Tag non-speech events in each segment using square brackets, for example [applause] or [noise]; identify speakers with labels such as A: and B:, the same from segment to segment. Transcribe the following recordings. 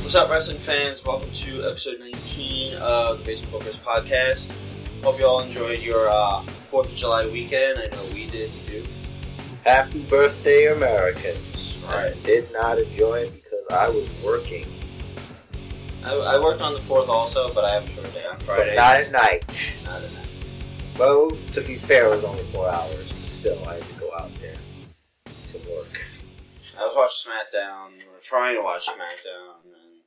A: What's up, wrestling fans? Welcome to episode 19 of the Basement Bookers podcast. Hope you all enjoyed your uh, 4th of July weekend. I know we did too.
B: Happy birthday, Americans.
A: Right.
B: I did not enjoy it because I was working.
A: I, I worked on the 4th also, but I have a short day on Friday.
B: But not at night.
A: Not enough.
B: Well, to be fair, it was only four hours, but still, I had to go out there to work.
A: I was watching SmackDown, or trying to watch SmackDown, and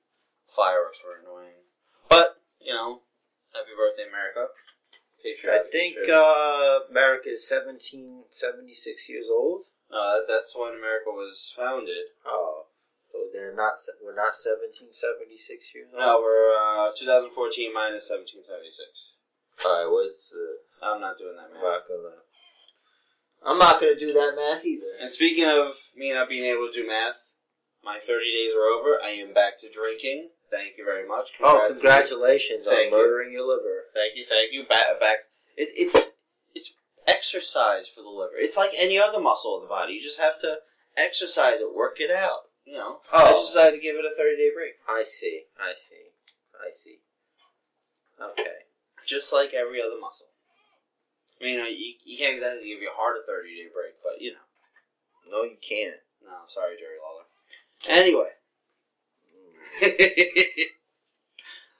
A: fireworks were annoying. But, you know, happy birthday, America.
B: I
A: Patriotic
B: think
A: trip.
B: uh, America is 17, 76 years old.
A: Uh, that's when America was founded.
B: Oh, so they're not. se- We're not 17, 76 years old.
A: No, we're uh, 2014 minus 1776.
B: All right, what's uh,
A: I'm not doing that,
B: I'm
A: man.
B: not gonna. I'm not gonna do that math either.
A: And speaking of me not being able to do math, my 30 days are over. I am back to drinking. Thank you very much.
B: Oh, congratulations on
A: Thank you.
B: murdering your liver.
A: Thank you, thank you. Back, back. It, it's it's exercise for the liver. It's like any other muscle of the body. You just have to exercise it, work it out. You know. I
B: Oh.
A: just decided to give it a 30 day break,
B: I see. I see. I see. Okay.
A: just like every other muscle. I mean, you know, you, you can't exactly give your heart a 30 day break, but you know.
B: No, you can't.
A: No, sorry, Jerry Lawler. [laughs] Anyway.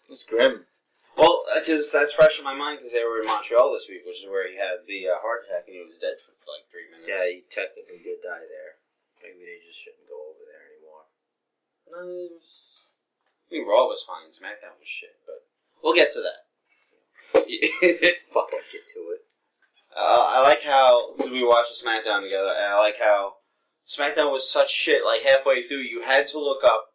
B: It's grim.
A: well, because that's fresh in my mind because they were in Montreal this week, which is where he had the uh, heart attack and he was dead for like three minutes.
B: Yeah, you technically did die there. Maybe they just shouldn't go over there anymore.
A: No, it was- I mean, Raw was fine. SmackDown was shit, but we'll get to that. [laughs]
B: Fuck, I'll get to it.
A: uh, I like how 'cause we watched the SmackDown together, and I like how SmackDown was such shit. Like halfway through, you had to look up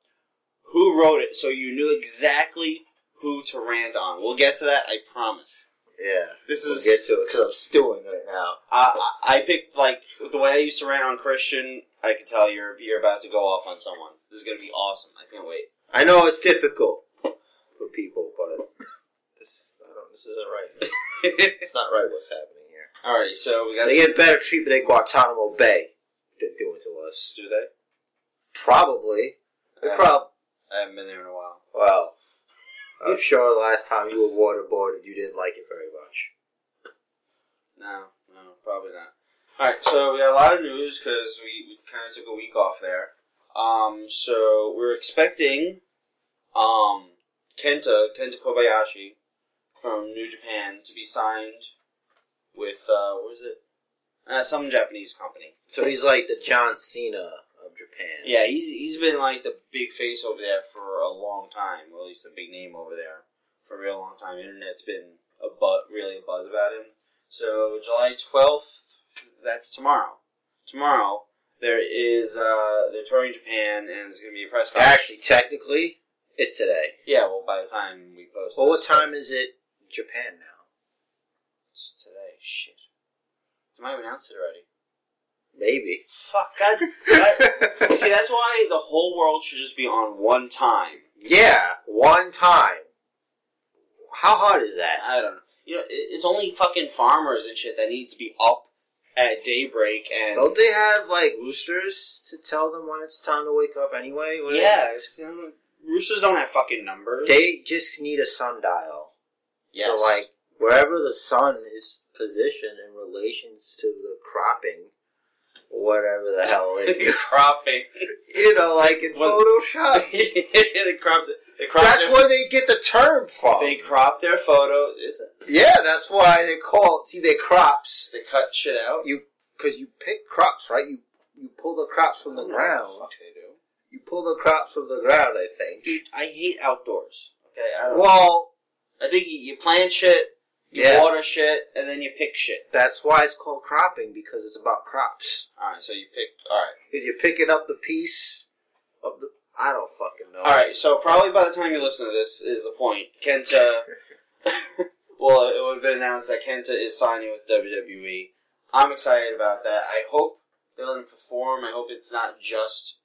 A: who wrote it, so you knew exactly who to rant on. We'll get to that, I promise.
B: Yeah.
A: This
B: We'll
A: is
B: get to it because I'm stewing right now.
A: I, I I picked like the way I used to rant on Christian. I could tell you're you're about to go off on someone. This is gonna be awesome. I can't wait. [laughs]
B: I know it's difficult for people, but this, I don't, this isn't right. It's not right what's happening here.
A: Alrighty, so we got
B: they
A: some-
B: get better treatment at Guantanamo Bay than doing to us.
A: do they?
B: Probably. They
A: Uh,
B: prob-
A: I haven't been there in a while.
B: Well, I'm sure last time you were waterboarded, you didn't like it very much.
A: No, no, probably not. Alright, so we got a lot of news because we, we kind of took a week off there. Um, so we're expecting um, Kenta, Kenta Kobayashi from New Japan to be signed with, uh, what is it? Uh, some Japanese company.
B: So he's like the John Cena of Japan.
A: Yeah, he's he's been like the big face over there for a long time, or at least a big name over there for a real long time. The internet's been a bu- really a buzz about him. So July twelfth, that's tomorrow. Tomorrow there is uh, they're touring Japan, and it's gonna be a press conference.
B: Actually, technically, it's today.
A: yeah. Well, by the time we post,
B: Well, what
A: this,
B: time is it in Japan now?
A: it's today? Shit, they might have announced it already.
B: Maybe.
A: Fuck, God. [laughs] that-
B: [laughs]
A: See, that's why the whole world should just be on one time.
B: yeah, one time. How hard is that?
A: I don't know. You know, it, it's only fucking farmers and shit that need to be up at daybreak and
B: Don't they have like roosters to tell them when it's time to wake up anyway? What-
A: yeah. it's, you know, roosters don't have fucking numbers.
B: They just need a sundial.
A: yes,
B: So like wherever the sun is positioned in relations to the cropping, whatever the hell it
A: the [laughs]
B: is.
A: cropping.
B: [laughs] you know, like in
A: What-
B: Photoshop.
A: they crop. They crop.
B: That's
A: their,
B: where they get the term from.
A: they crop their photo. Is it?
B: yeah, that's why they call it. See, they crops
A: They cut shit out
B: you because you pick crops, right? You you pull the crops from the
A: I don't know
B: ground.
A: what the fuck they do.
B: You pull the crops from the ground. I think.
A: Dude, I hate outdoors. Okay, I don't.
B: Well,
A: I think you, you plant shit, you
B: Yeah.
A: water shit, and then you pick shit.
B: that's why it's called cropping because it's about crops.
A: All right, so you pick. All right.
B: 'Cause you're picking up the piece of the. I don't fucking know.
A: All right, so probably by the time you listen to this is the point. Kenta, [laughs] well, it would have been announced that Kenta is signing with WWE. I'm excited about that. I hope they let him perform. I hope it's not just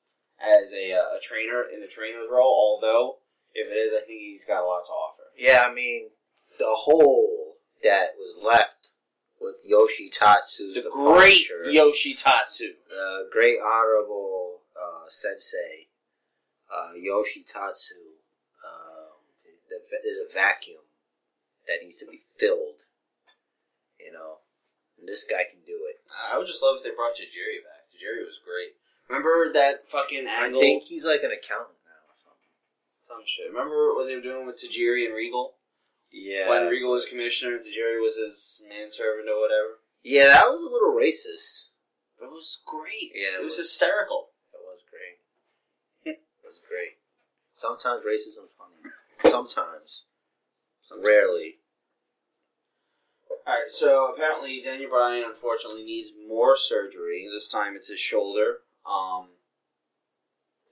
A: as a, uh, a trainer in the trainer's role. Although, if it is, I think he's got a lot to offer.
B: Yeah, I mean, the hole that was left with Yoshitatsu,
A: The, great
B: Punisher,
A: Yoshitatsu.
B: the great honorable uh, sensei uh, Yoshitatsu, um, the, there's a vacuum that needs to be filled. You know, and this guy can do it.
A: I would just love if they brought Jerry back. Jerry was great. Remember that fucking angle?
B: I think he's like an accountant now or something.
A: Some shit. Remember what they were doing with Tajiri and Regal?
B: Yeah.
A: When Regal was commissioner, Tajiri was his manservant or whatever.
B: yeah, that was a little racist.
A: But it was great.
B: Yeah,
A: it,
B: it
A: was,
B: was.
A: hysterical.
B: That was great. It was great. Sometimes racism's funny. Sometimes. Rarely.
A: Alright, so apparently Daniel Bryan unfortunately needs more surgery. This time it's his shoulder. Um,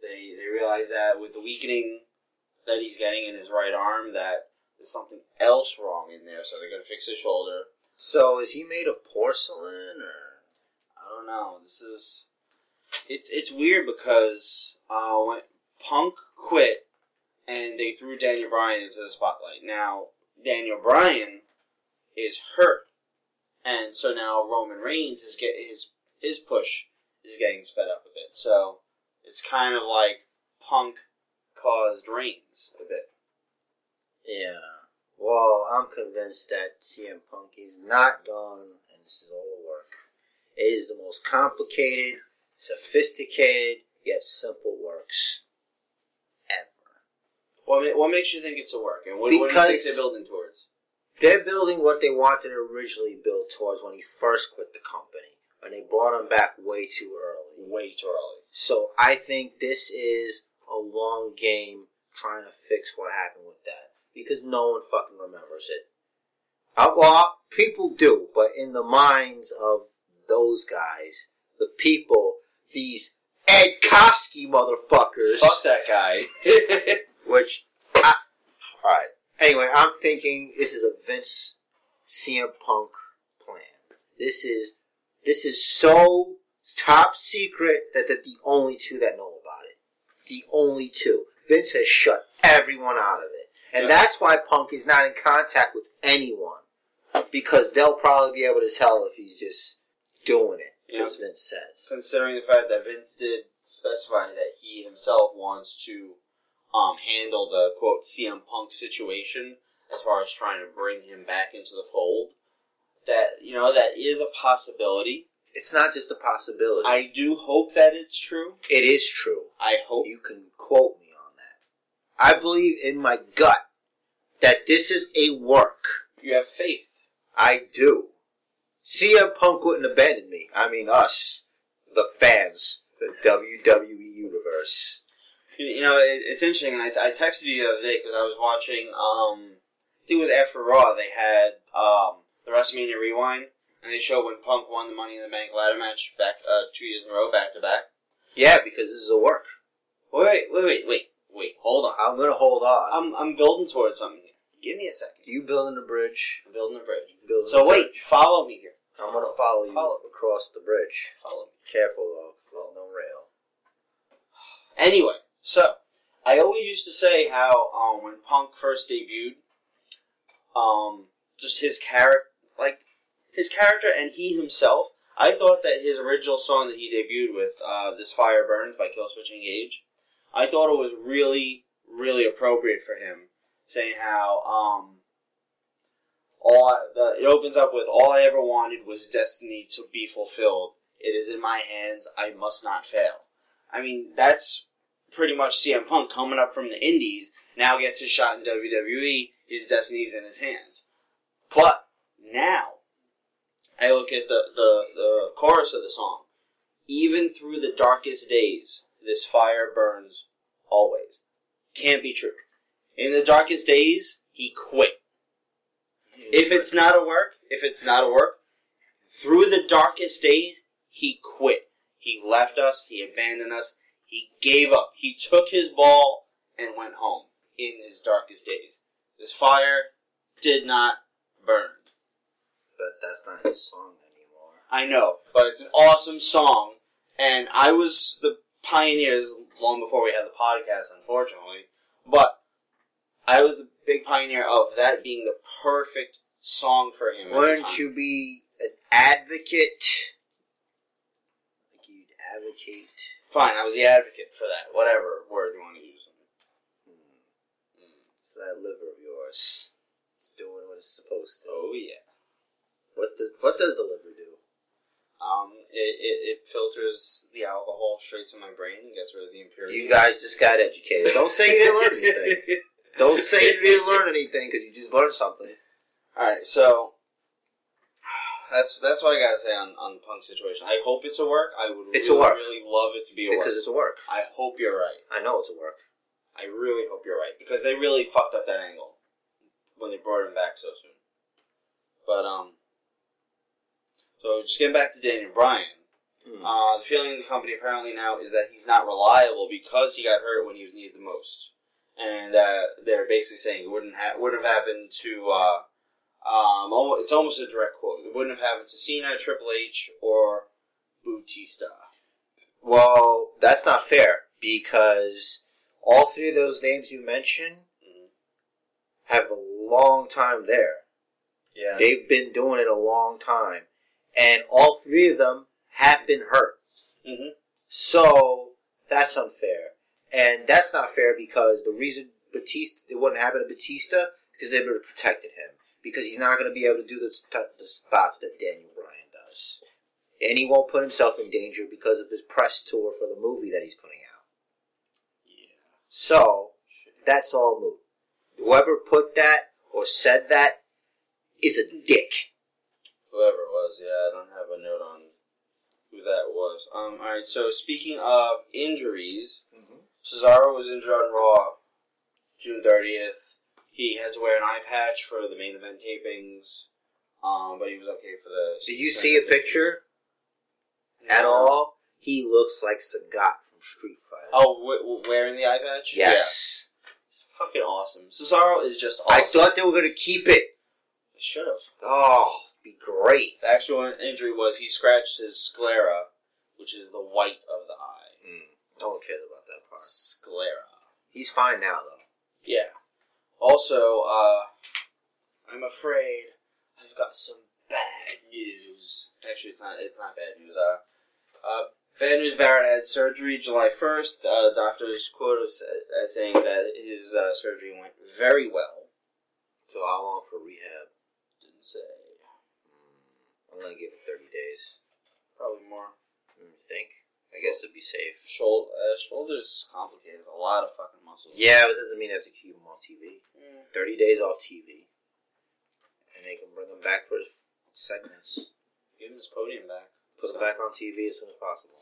A: they, they realize that with the weakening that he's getting in his right arm, that there's something else wrong in there, so they're going to fix his shoulder.
B: So is he made of porcelain or?
A: I don't know. This is it's it's weird because uh, when Punk quit and they threw Daniel Bryan into the spotlight. Now Daniel Bryan is hurt, and so now Roman Reigns is get his his push is getting sped up a bit. So it's kind of like Punk caused Reigns a bit.
B: Yeah. Well, I'm convinced that CM Punk is not gone, and this is all a work. It is the most complicated, sophisticated, yet simple works ever.
A: What ma- what makes you think it's a work, and what, what do you think
B: Because-
A: they're building towards?
B: They're building what they wanted to originally build towards when he first quit the company, when they brought him back way too early.
A: Way too early.
B: So I think this is a long game trying to fix what happened with that because no one fucking remembers it. Uh, well, people do, but in the minds of those guys, the people, these Ed Koski motherfuckers,
A: Fuck that guy. [laughs]
B: which, I, all right. Anyway, I'm thinking this is a Vince CM Punk plan. This is this is so top secret that they're the only two that know about it. The only two. Vince has shut everyone out of it, and
A: Yeah.
B: that's why Punk is not in contact with anyone because they'll probably be able to tell if he's just doing it because Vince says.
A: considering the fact that Vince did specify that he himself wants to um, handle the quote CM Punk situation as far as trying to bring him back into the fold. That you know that is a possibility.
B: It's not just a possibility.
A: I do hope that it's true.
B: it is true.
A: I hope
B: You can quote me on that. I believe in my gut that this is a work.
A: you have faith.
B: I do. CM Punk wouldn't abandon me. I mean, us, the fans, the WWE universe.
A: You- You know, it, it's interesting. And I, I texted you the other day because I was watching. Um, I think it was after Raw. They had um, the WrestleMania Rewind, and they showed when Punk won the Money in the Bank ladder match back uh, two years in a row, back to back.
B: Yeah, because this is a work.
A: Wait, wait, wait, wait, wait. Hold on.
B: I'm gonna hold on.
A: I'm I'm building towards something here. Give me a second.
B: you building a bridge.
A: I'm building a bridge.
B: Building
A: So
B: a
A: wait,
B: bridge.
A: follow me here.
B: I'm gonna follow you
A: Follow.
B: across the bridge.
A: Follow me.
B: Careful though, well, no rail.
A: Anyway, so I always used to say how um, when Punk first debuted, um, just his character, like his character and he himself. I thought that his original song that he debuted with, uh, "This Fire Burns" by Killswitch Engage, I thought it was really, really appropriate for him, saying how um, all I- the, it opens up with "All I ever wanted was destiny to be fulfilled. It is in my hands. I must not fail." I mean, that's pretty much CM Punk coming up from the Indies. Now gets his shot in WWE. His destiny's in his hands. But now, I look at the, the, the chorus of the song. Even through the darkest days, this fire burns always. Can't be true. In the darkest days, he quit. If it's not a work, if it's not a work, through the darkest days, he quit. He left us, he abandoned us, he gave up. He took his ball and went home in his darkest days. This fire did not burn.
B: but that's not his song anymore.
A: I know, but it's an awesome song, and I was the pioneers long before we had the podcast, unfortunately. But I was the big pioneer of that being the perfect song for him. at the
B: Wouldn't
A: time.
B: you be an advocate? Like you'd advocate.
A: Fine, I was the advocate for that. Whatever word you want to use.
B: Hmm.
A: Mm.
B: that liver of yours. It's doing what it's supposed to.
A: Oh yeah.
B: What the, What does the liver do?
A: Um, it, it, it filters the alcohol straight to my brain and gets rid of the impurities.
B: You guys just got educated. Don't say you didn't learn anything.
A: [laughs]
B: Don't say you didn't learn anything because you just learned something.
A: All right, so that's that's what I gotta say on on the punk situation. I hope it's a work. I would
B: It's a
A: really,
B: work.
A: really love it to be a
B: Because
A: work.
B: it's a work.
A: I hope you're right.
B: I know it's a work.
A: I really hope you're right because they really fucked up that angle when they brought him back so soon. But um, so just getting back to Daniel Bryan.
B: Hmm.
A: Uh, the feeling in the company apparently now is that he's not reliable because he got hurt when he was needed the most, and uh, they're basically saying it wouldn't ha- wouldn't have happened to. Uh, um, al- it's almost a direct quote. It wouldn't have happened to Cena, Triple H, or Bautista.
B: Well, that's not fair because all three of those names you mentioned
A: Mhm.
B: have a long time there.
A: Yeah,
B: They've been doing it a long time, and all three of them have been hurt.
A: hmm
B: So that's unfair, and that's not fair because the reason Batista it wouldn't happen to Batista because they would have protected him because he's not going to be able to do the, st- the spots that Daniel Bryan does, and he won't put himself in danger because of his press tour for the movie that he's putting out.
A: yeah.
B: So
A: Shit.
B: that's all moot. Whoever put that or said that is a dick.
A: Whoever it was, yeah, I don't have a note on who that was. Um, all right. So speaking of injuries, Cesaro was injured on Raw June 30th. He had to wear an eye patch for the main event tapings, um, but he was okay for the.
B: Did you see a picture at all? He looks like Sagat from Street Fighter.
A: Oh, w- w- wearing the eye patch?
B: yes.
A: Yeah. It's fucking awesome. Cesaro is just
B: I
A: awesome.
B: thought they were going to keep it.
A: Should have.
B: Oh, it'd be great.
A: The actual injury was he scratched his sclera, which is the white of the eye.
B: No one cares about that part.
A: Sclera.
B: He's fine now, though.
A: Yeah. Also, uh, I'm afraid I've got some bad news. Actually, it's not. It's not bad news. Uh, uh, bad news. Barrett had surgery July 1st. Uh, doctors quoted as, as saying that his uh, surgery went very well.
B: So how long for rehab? Mm,
A: Didn't say.
B: I'm going to give it 30 days. Mm,
A: Probably more.
B: You think? I guess it'd be safe.
A: Shoulder. Uh, shoulders complicated. It's a lot of fucking muscles.
B: Yeah, but it doesn't mean I have to keep him off TV.
A: Mm.
B: 30 days off TV. And they can bring him back for his segments.
A: Give him his podium back.
B: Put him back on TV as soon as possible.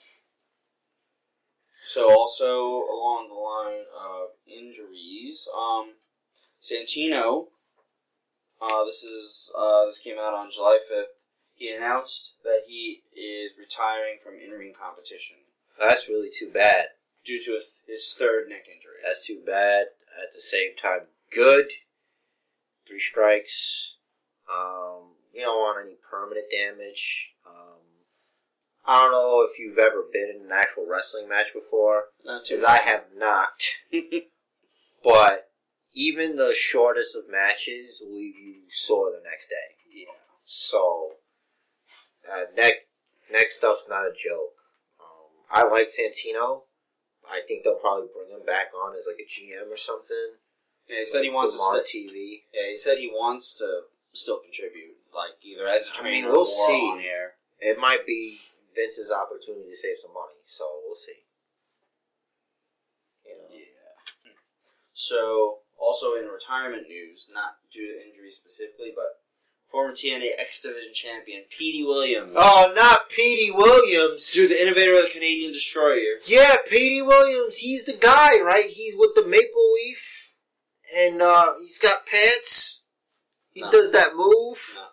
A: So also along the line of injuries, um, Santino. Uh, this is uh, this came out on July fifth. He announced that he is retiring from in-ring competition
B: That's really too bad.
A: due to his third neck injury.
B: That's too bad. At the same time, good. Three strikes. Um, you don't want any permanent damage. Um, I don't know if you've ever been in an actual wrestling match before,
A: Not too
B: because I have not. But even the shortest of matches will leave you sore the next day.
A: [laughs] yeah.
B: So, uh, neck neck stuff's not a joke. Um, I like Santino. I think they'll probably bring him back on as like a GM or something.
A: yeah. He said he wants to.
B: Put him on
A: st-
B: TV.
A: yeah, he said he wants to still contribute, like either as a
B: I
A: trainer
B: mean, we'll
A: or
B: see.
A: on air.
B: It might be Vince's opportunity to save some money, so we'll see. You know,
A: Yeah. So, also in retirement news, not due to injury specifically, but former TNA X Division champion Petey Williams.
B: Oh, not Petey Williams.
A: Dude, the innovator of the Canadian Destroyer. [laughs]
B: Yeah, Petey Williams. He's the guy, right? He's with the maple leaf, and uh, he's got pants. He
A: No.
B: does that move.
A: No.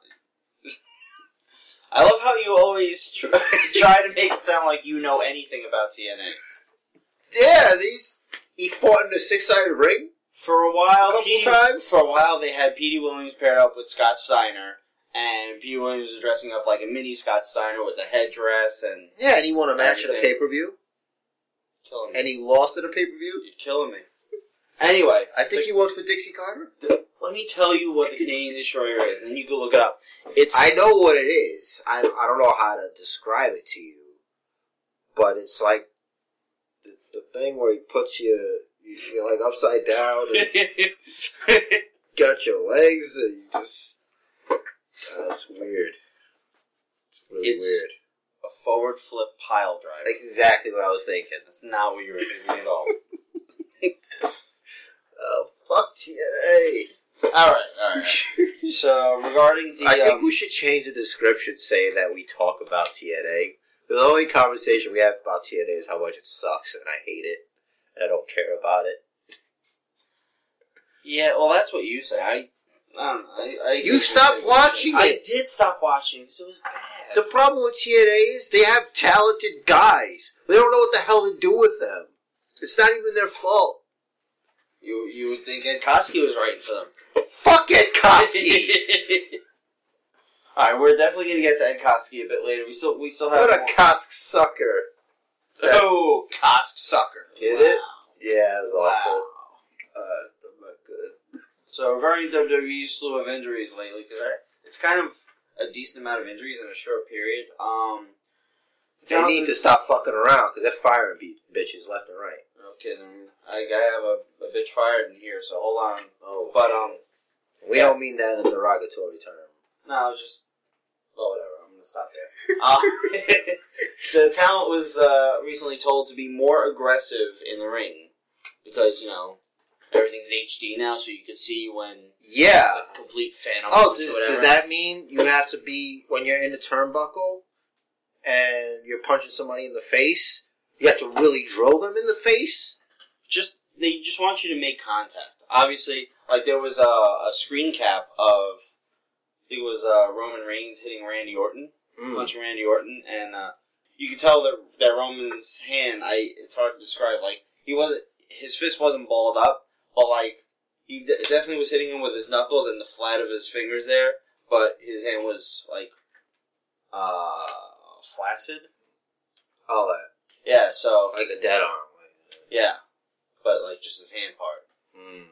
A: I love how you always tr- [laughs] try to make it sound like you know anything about TNA.
B: Yeah, these. He fought in the six-sided ring.
A: For a while,
B: Couple
A: Petey-
B: times.
A: For a while, they had Petey Williams paired up with Scott Steiner, and Petey Williams was dressing up like a mini Scott Steiner with a headdress and
B: Yeah, and he won a match at a
A: Everything.
B: pay-per-view,
A: killing me.
B: and he lost at a pay-per-view.
A: You're killing me. Anyway,
B: I think he works for Dixie Carter.
A: Let me tell you what the Canadian Destroyer is, and then you can look it up. It's [laughs]
B: I know what it is. I, I don't know how to describe it to you, but it's like the, the thing where he puts you You're like upside down [laughs] and got your legs and you just. That's weird. It's really
A: It's-
B: weird.
A: a forward flip pile drive.
B: That's exactly what I was thinking.
A: That's not what you were thinking at
B: [laughs]
A: all.
B: Oh, fuck TNA.
A: all right, all right. [laughs] So regarding the,
B: I think
A: um,
B: we should change the description saying that we talk about TNA. The only conversation we have about TNA is how much it sucks and I hate it and I don't care about it.
A: yeah, well, that's what you say. I, I don't know. I, I
B: You stopped watching
A: I
B: it.
A: did stop watching because it was bad.
B: The problem with TNA is they have talented guys. They don't know what the hell to do with them. It's not even their fault.
A: you you would think Ed Koski was writing for them.
B: Fuck it, Koski!
A: [laughs] all right, we're definitely gonna get to Ed Koski a bit later. We still we still have
B: [laughs] what a
A: more-
B: Kosk sucker.
A: oh Kosk sucker.
B: Get
A: Wow.
B: it? Yeah, it was awful.
A: Wow.
B: Uh, I'm not good.
A: So regarding WWE's E slew of injuries lately, because it's kind of a decent amount of injuries in a short period. Um,
B: They need to stop fucking around because they're firing be- bitches left and right.
A: Okay, then I, I have a, a bitch fired in here, so hold on.
B: Oh,
A: But um,
B: we don't mean that in a derogatory term.
A: no, I was just well, whatever. I'm gonna stop there.
B: [laughs]
A: Uh, [laughs] the talent was uh, recently told to be more aggressive in the ring because you know everything's HD now, so you can see when
B: Yeah.
A: it's a complete phantom
B: Oh,
A: punch
B: does,
A: or whatever.
B: does that mean you have to be when you're in the turnbuckle and you're punching somebody in the face? You have to really drill them in the face.
A: just they just want you to make contact. Obviously, like there was a, a screen cap of I think it was uh, Roman Reigns hitting Randy Orton,
B: Hmm.
A: punching Randy Orton, and uh, you could tell that that Roman's hand. I it's hard to describe. Like he wasn't his fist wasn't balled up, but like he de- definitely was hitting him with his knuckles and the flat of his fingers there. But his hand was like uh flaccid.
B: All that,
A: Yeah. So
B: like a dead arm.
A: yeah, but like just his hand part.
B: Mm.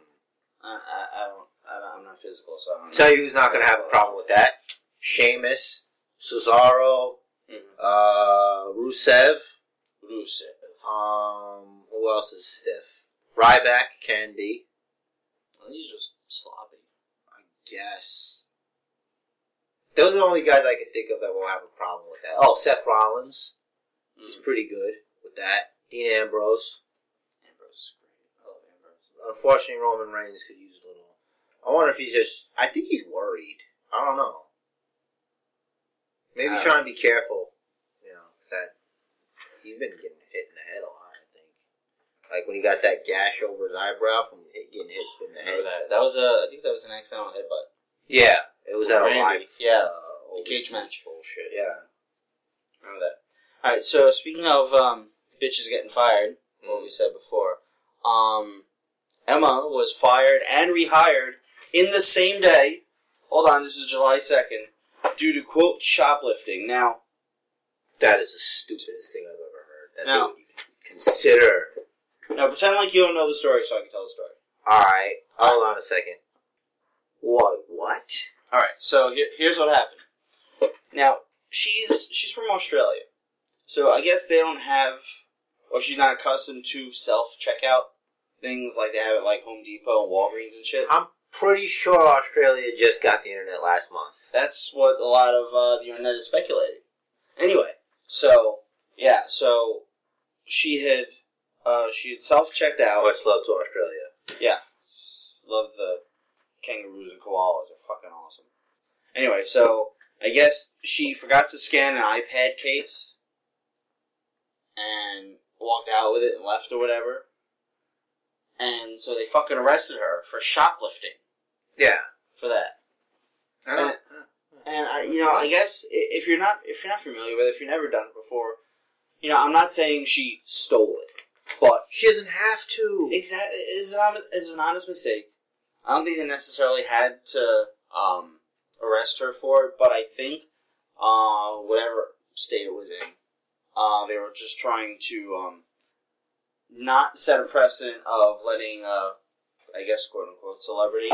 A: I, I, I don't. I don't. I'm not physical, so I don't.
B: Tell you who's not going to have a problem with that: Sheamus, Cesaro,
A: Mhm.
B: uh, Rusev.
A: Rusev.
B: Um, who else is stiff? Ryback can be.
A: Well, he's just sloppy.
B: I guess. Those are the only guys I can think of that will have a problem with that. Oh, Seth Rollins. He's
A: Mhm.
B: pretty good with that. Dean Ambrose.
A: Ambrose is great. I love Ambrose.
B: Unfortunately, Roman Reigns could use a little. I wonder if he's just. I think he's worried. I don't know. Maybe
A: I don't
B: trying to be careful. You know, that. He's been getting hit in the head a lot, I think. Like when he got that gash over his eyebrow from hit, getting hit in the
A: Remember
B: head.
A: that? That was a. I think that was an accidental headbutt.
B: Yeah. It was at a
A: Randy,
B: live.
A: yeah.
B: uh,
A: The cage
B: overseas
A: match.
B: Bullshit, yeah.
A: Remember that. All right. So speaking of um, bitches getting fired, what we said before, um, Emma was fired and rehired in the same day. Hold on, this is July second, due to quote shoplifting. Now,
B: That is the stupidest thing I've ever heard. That
A: No.
B: they would even consider.
A: now pretend like you don't know the story, so I can tell the story.
B: Alright, hold on a second. What? What?
A: All right. So here, here's what happened. Now she's she's from Australia, so I guess they don't have, or she's not accustomed to self checkout things like they have at like Home Depot and Walgreens and shit.
B: I'm pretty sure Australia just got the internet last month.
A: That's what a lot of uh, the internet is speculating. Anyway, so yeah, so she had uh, she had self checked out.
B: Much love to Australia.
A: Yeah. Love the kangaroos and koalas. They're fucking awesome. Anyway, so I guess she forgot to scan an iPad case and walked out with it and left or whatever. And so they fucking arrested her for shoplifting
B: Yeah.
A: for that.
B: I
A: don't- And I, you know, I guess i- if you're not if you're not familiar with it, if you've never done it before, you know, I'm not saying she stole it, but
B: She doesn't have to.
A: Exactly, it's an honest, it's an honest mistake. I don't think they necessarily had to um, arrest her for it, but I think uh, whatever state it was in, uh, they were just trying to um, not set a precedent of letting, uh, I guess, quote unquote, celebrity,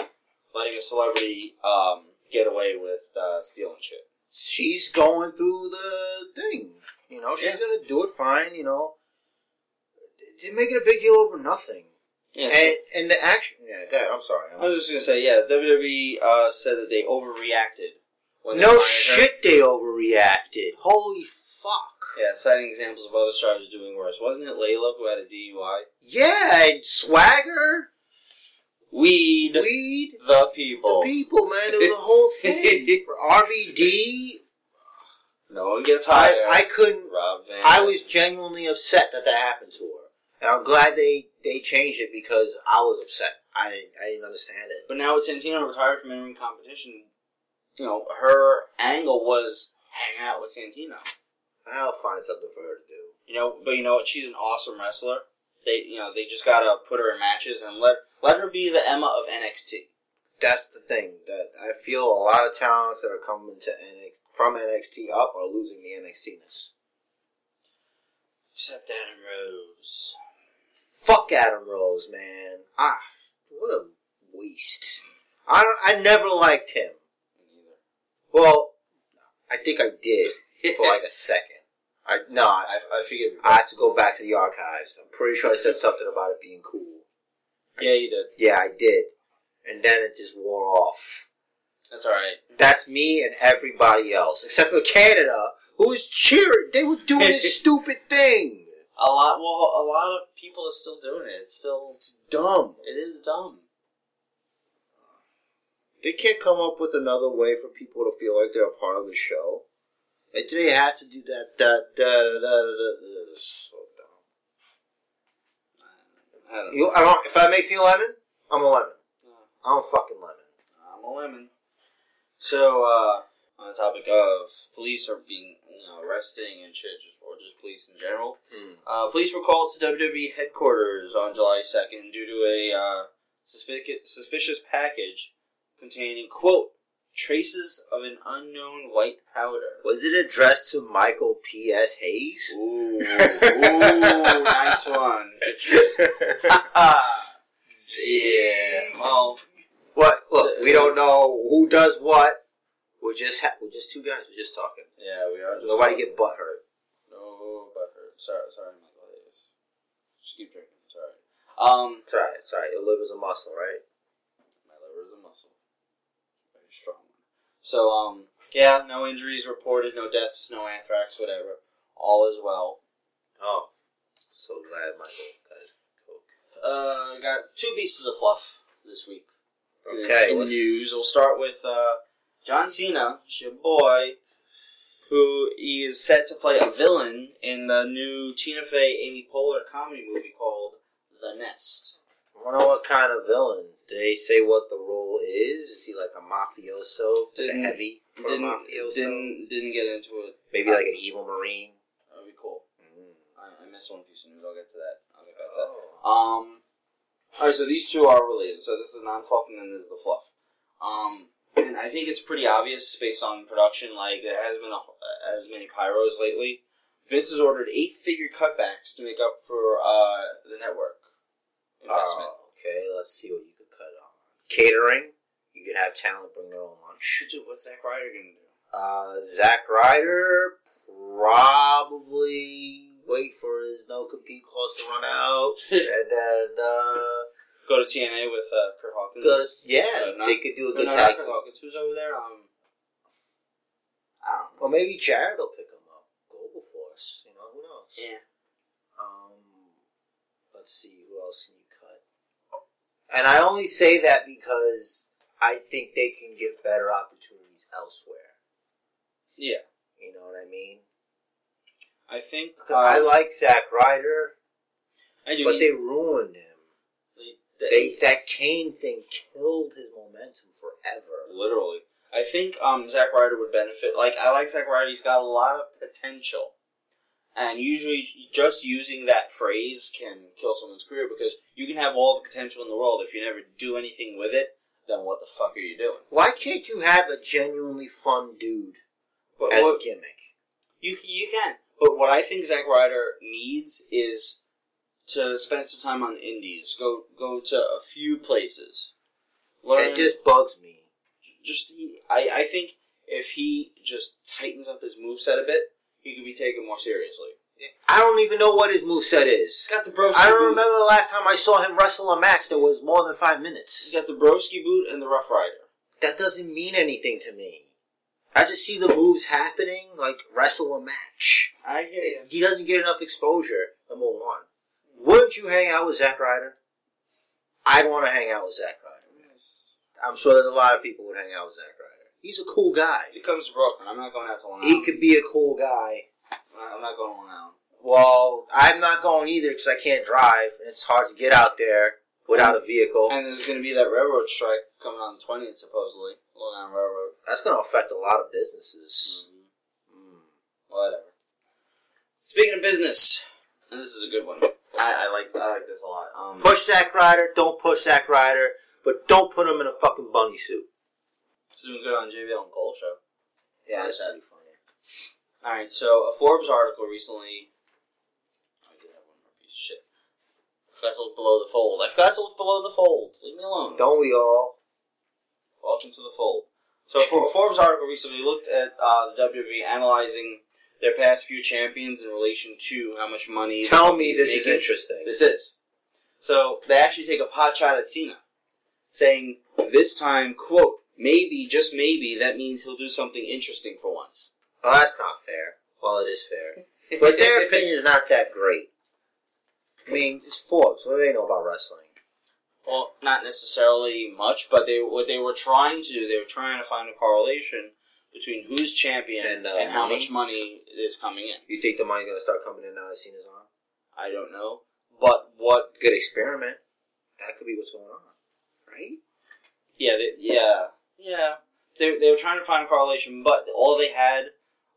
A: letting a celebrity um, get away with uh, stealing shit.
B: She's going through the thing. You know, she's
A: Yeah.
B: gonna do it fine, you know. They're making a big deal over nothing.
A: Yeah, so-
B: And and the action. Yeah, go ahead, I'm sorry.
A: I was just gonna say, yeah, WWE uh, said that they overreacted. they
B: no
A: fired her.
B: shit, they overreacted. Holy fuck.
A: Yeah, citing examples of other stars doing worse. Wasn't it Layla who had a DUI?
B: Yeah, and swagger,
A: Weed
B: weed,
A: the
B: the
A: people.
B: people, man. It was a whole thing [laughs] for RVD.
A: no one gets higher.
B: I, I couldn't.
A: Rob Van.
B: I was genuinely upset that that happened to her, and I'm glad they they changed it because I was upset. I didn't, I didn't understand it.
A: But now with Santino retired from in-ring competition, you know her angle was hang out with Santino.
B: I'll find something for her to do.
A: You know, but you know what? She's an awesome wrestler. They, you know, they just gotta put her in matches and let let her be the Emma of NXT.
B: That's the thing that I feel a lot of talents that are coming to NX from NXT up are losing the NXTness.
A: Except Adam Rose.
B: Fuck Adam Rose, man. Ah, what a waste. I don't. I never liked him. Well, I think I did
A: [laughs]
B: for like a second. I no, I,
A: I, I forgive you.
B: I have to go back to the archives. I'm pretty sure I said something about it being cool.
A: yeah, you did.
B: Yeah, I did. And then it just wore off.
A: That's all right.
B: That's me and everybody else, except for Canada, who was cheering. They were doing this stupid thing.
A: A lot. Well, a lot of people are still doing it. It's still.
B: Dumb.
A: It is dumb.
B: They can't come up with another way for people to feel like they're a part of the show. Like, do they have to do that? That that that that. that. So dumb.
A: I don't know.
B: You, I don't. If that makes me a lemon, I'm a lemon. I'm a fucking lemon.
A: I'm a lemon. So, uh, on the topic of police are being, you know, arresting and shit, just, or just police in general, uh, police were called to WWE headquarters on July 2nd due to a uh, suspic- suspicious package containing, quote, traces of an unknown white powder.
B: Was it addressed to Michael P. S. Hayes?
A: Ooh, ooh, nice one. yeah. Well,
B: [laughs] What? Look, we don't know who does what. We're just ha- we're just two guys. We're just talking.
A: yeah, we are. just-
B: Nobody get butt hurt.
A: No, but hurt. Sorry, sorry, Michael Hayes. Just keep drinking. It's alright. Um,
B: It's alright. It's alright. Your liver's a muscle, right?
A: my liver is a muscle. Very strong one. So, um, yeah, no injuries reported, no deaths, no anthrax, whatever. All is well.
B: Oh, so glad Michael. Got his coke.
A: Uh, got two pieces of fluff this week.
B: Okay.
A: In the
B: let's-
A: news, we'll start with uh, John Cena, it's your boy, who is set to play a villain in the new Tina Fey, Amy Poehler comedy movie called The Nest.
B: I wonder what kind of villain. Do they say what the role is? Is he like a mafioso? Did
A: Didn't-
B: heavy for a
A: Didn't
B: mafioso?
A: didn't didn't get into it.
B: Maybe like an evil marine.
A: That would be cool.
B: Mm.
A: I, I missed one piece of news. I'll get to that. I'll get back to that.
B: Oh.
A: Um, all right, so these two are related. So this is non-fluff, and then there's the fluff. Um, and I think it's pretty obvious based on production. Like there hasn't been a, as many pyros lately. Vince has ordered eight-figure cutbacks to make up for uh, the network investment.
B: Oh, okay, let's see what you could cut on. Catering. You could have talent bring their own lunch.
A: Should do what's Zack Ryder gonna do?
B: Uh, Zack Ryder probably wait for his no compete clause to
A: [laughs]
B: run out, and then uh,
A: Go to TNA with uh, Kurt Hawkins.
B: good. Yeah,
A: Uh, not-
B: they could do a
A: No,
B: good
A: no,
B: tag
A: not
B: team.
A: Kurt Hawkins. Who's over there? Um, I don't know.
B: Or maybe Jared will pick him up. Global Force, you know who knows.
A: Yeah.
B: Um, let's see, who else can you cut? And I only say that because I think they can give better opportunities elsewhere.
A: Yeah.
B: You know what I mean?
A: I think uh,
B: Because I like Zack Ryder,
A: I do.
B: but
A: he-
B: they ruined him.
A: they,
B: They that Kane thing killed his momentum forever.
A: literally. I think um Zack Ryder would benefit. Like I like Zack Ryder. He's got a lot of potential, and usually just using that phrase can kill someone's career because you can have all the potential in the world if you never do anything with it. Then what the fuck are you doing?
B: Why can't you have a genuinely fun dude
A: But
B: as
A: what-
B: a gimmick?
A: you you can. But what I think Zack Ryder needs is to spend some time on the indies. Go go to a few places.
B: It just bugs me.
A: just I, I think if he just tightens up his moveset a bit, he could be taken more seriously.
B: I don't even know what his moveset
A: He's
B: is.
A: got the broski.
B: I
A: boot.
B: don't remember the last time I saw him wrestle a match that was more than five
A: He's
B: minutes.
A: got the broski boot and the Rough Rider.
B: That doesn't mean anything to me. I just see the moves happening, like wrestle a match.
A: I hear you.
B: He doesn't get enough exposure. Number one, wouldn't you hang out with Zack Ryder? I'd want to hang out with Zack Ryder.
A: Yes.
B: I'm sure that a lot of people would hang out with Zack Ryder. He's a cool guy.
A: If he comes to Brooklyn, I'm not going out to Long Island.
B: He could be a cool guy.
A: I'm not- I'm not going to Long Island.
B: Well, I'm not going either because I can't drive, and it's hard to get out there without a vehicle.
A: And there's going to be that railroad strike coming on the 20th, supposedly. Long Island Railroad.
B: That's going to affect a lot of businesses.
A: Mhm. Whatever. Speaking of business, and this is a good one. I, I like I like this a lot. Um,
B: Push Zack Ryder, don't push Zack Ryder, but don't put him in a fucking bunny suit.
A: it's doing good on JBL and Cole show.
B: Yeah,
A: that's
B: pretty funny.
A: All right, so a Forbes article recently. I did have one more piece of shit. forgot to look below the fold. I forgot to look below the fold. Leave me alone.
B: Don't we all?
A: Welcome to the fold. So, for, a Forbes article recently looked at uh, the WWE analyzing their past few champions in relation to how much money. the
B: Tell me
A: company's
B: this is
A: making.
B: interesting.
A: This is. So they actually take a pot shot at Cena, saying this time, quote, maybe, just maybe, that means he'll do something interesting for once.
B: Well, that's not fair. Well, it is fair. But their opinion is not that great. I mean, it's Forbes. What do they know about wrestling?
A: well, not necessarily much, but they what they were trying to do, they were trying to find a correlation between who's champion and,
B: And, uh,
A: how
B: money?
A: much money is coming in.
B: You think the money's going to start coming in now that Cena's on?
A: I don't know, but what?
B: Good experiment. That could be what's going on, right?
A: Yeah, they, yeah, yeah. They they were trying to find a correlation, but all they had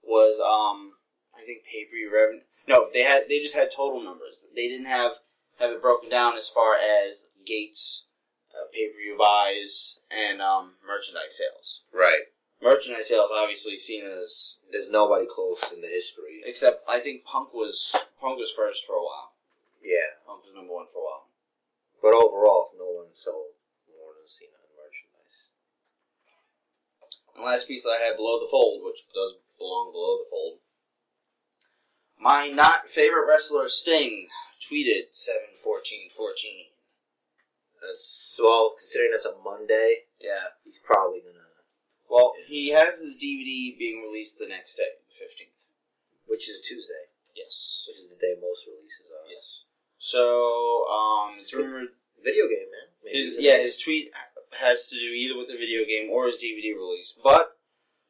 A: was um I think pay per view revenue. No, they had they just had total numbers. They didn't have have it broken down as far as gates, uh, pay per view buys, and um, merchandise sales.
B: Right.
A: Merchandise sales obviously seen as
B: There's nobody close in the history.
A: except I think Punk was Punk was first for a while.
B: Yeah,
A: Punk was number one for a while.
B: but overall, no one sold more than Cena in merchandise.
A: And last piece that I had below the fold, which does belong below the fold. My not favorite wrestler Sting tweeted seven fourteen fourteen.
B: That's, well, considering that's a Monday,
A: Yeah.
B: he's probably gonna,
A: Well, he has his DVD being released the next day, the fifteenth.
B: which is a Tuesday,
A: Yes.
B: which is the day most releases are.
A: Yes. So, um, it's rumored.
B: Video game, man. Maybe
A: His,
B: he's
A: yeah,
B: gonna-
A: his tweet has to do either with the video game or his DVD release. But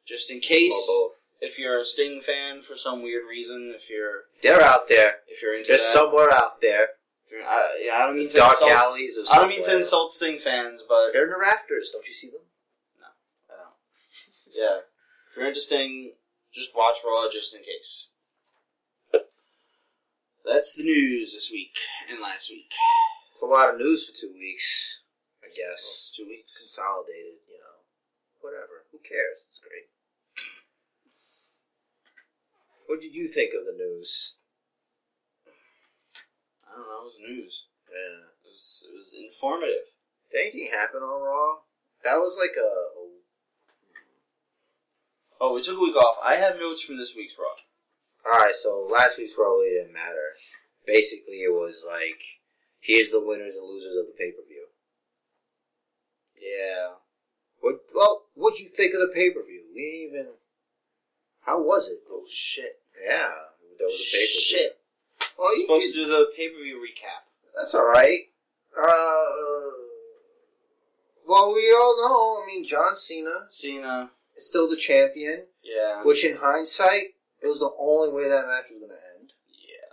A: just in case,
B: or both.
A: if you're a Sting fan for some weird reason, if you're
B: They're out there.
A: if you're into
B: They're
A: that,
B: somewhere out there.
A: if you're- I, yeah, I don't mean
B: In
A: to
B: dark
A: insult-
B: alleys or
A: I don't mean to
B: somewhere.
A: insult Sting fans, but
B: They're in the rafters. Don't you see them?
A: I don't. Yeah, if you're into Sting, just watch Raw just in case. That's the news this week and last week.
B: It's a lot of news for two weeks. I
A: Well,
B: guess.
A: it's two weeks.
B: consolidated, you know, whatever. Who cares? It's great. What did you think of the news?
A: I don't know. It was news.
B: Yeah.
A: It was it was informative.
B: Did anything happen on Raw? That was like a.
A: Oh, we took a week off. I have notes from this week's Raw.
B: Alright, so last week's Raw really didn't matter. Basically, it was like, here's the winners and losers of the pay per view.
A: Yeah.
B: What? Well, what'd you think of the pay per view? We didn't even. How was it?
A: Oh shit.
B: Yeah, that was a pay per view.
A: Shit.
B: Well, Oh, you
A: supposed
B: could-
A: to do the pay per view recap.
B: That's all right. Uh, well, we all know. I mean, John Cena
A: Cena.
B: is still the champion,
A: Yeah.
B: which in hindsight, it was the only way that match was going to end.
A: Yeah.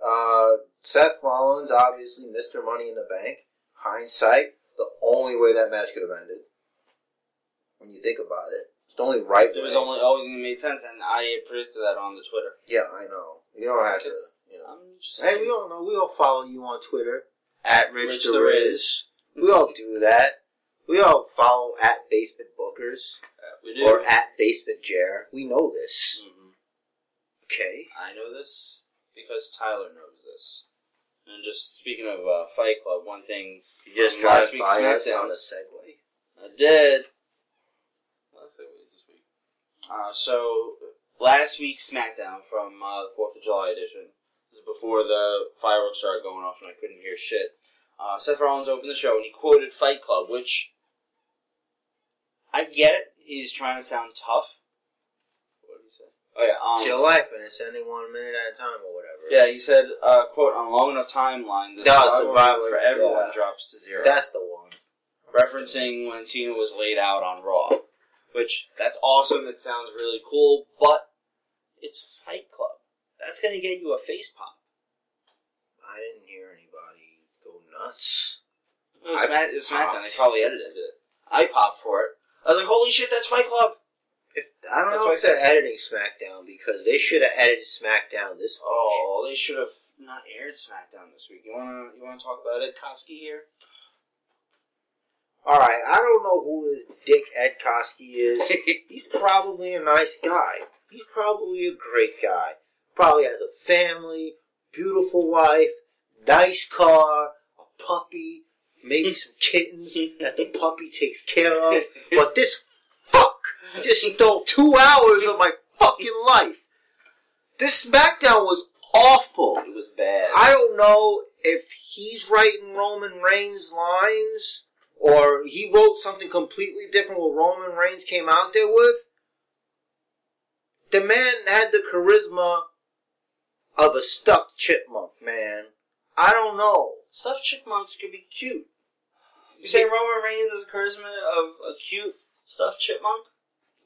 B: Uh, Seth Rollins, obviously, Mr. Money in the Bank. Hindsight, the only way that match could have ended. When you think about it, it's the only right
A: It was
B: way.
A: only only made sense, and I predicted that on the Twitter.
B: yeah, I know. You don't have to. You know.
A: I'm just
B: Hey, we all know. We all follow you on Twitter.
A: at
B: Rich
A: Rich
B: the
A: the Riz.
B: We all do that. We all follow at Basement Bookers.
A: We
B: or at Basement Jer. We know this.
A: Mhm.
B: Okay.
A: I know this because Tyler knows this. And just speaking of uh, Fight Club, one thing from last week's SmackDown,
B: Segway.
A: I did. Last week was this week. Uh, so last week's SmackDown from uh, the Fourth of July edition, This is before the fireworks started going off and I couldn't hear shit. Uh, Seth Rollins opened the show and he quoted Fight Club, which I get it. He's trying to sound tough. What did he say? Oh yeah, um,
B: it's your life, and it's only one minute at a time or whatever.
A: yeah. He said, uh, "quote on a long enough timeline, the
B: Yeah,
A: survival
B: survival,
A: rate for everyone
B: yeah.
A: drops to zero.
B: That's the one.
A: referencing when Cena was laid out on Raw, which that's awesome. It sounds really cool, but it's Fight Club. That's gonna get you a face pop.
B: I didn't hear anybody go nuts.
A: It was
B: I
A: Smack- it was
B: popped.
A: SmackDown. They probably edited it. I popped for it. I was like, "Holy shit, that's Fight Club!"
B: If I don't
A: That's
B: know
A: why
B: if
A: I said-
B: they're editing SmackDown because they should have edited SmackDown this week.
A: Oh, they should have not aired SmackDown this week. You wanna you wanna talk about Ed Koski
B: [laughs]
A: here?
B: All right, I don't know who this Dick Ed Koski is.
A: [laughs]
B: He's probably a nice guy. He's probably a great guy. Probably has a family, beautiful wife, nice car, a puppy, maybe some kittens that the puppy takes care of. But this fuck just stole two hours of my fucking life. This SmackDown was awful.
A: it was bad.
B: I don't know if he's writing Roman Reigns lines or he wrote something completely different what Roman Reigns came out there with. The man had the charisma of a stuffed chipmunk, man. I don't know.
A: Stuffed chipmunks could be cute. You say Roman Reigns is charisma of a cute stuffed chipmunk?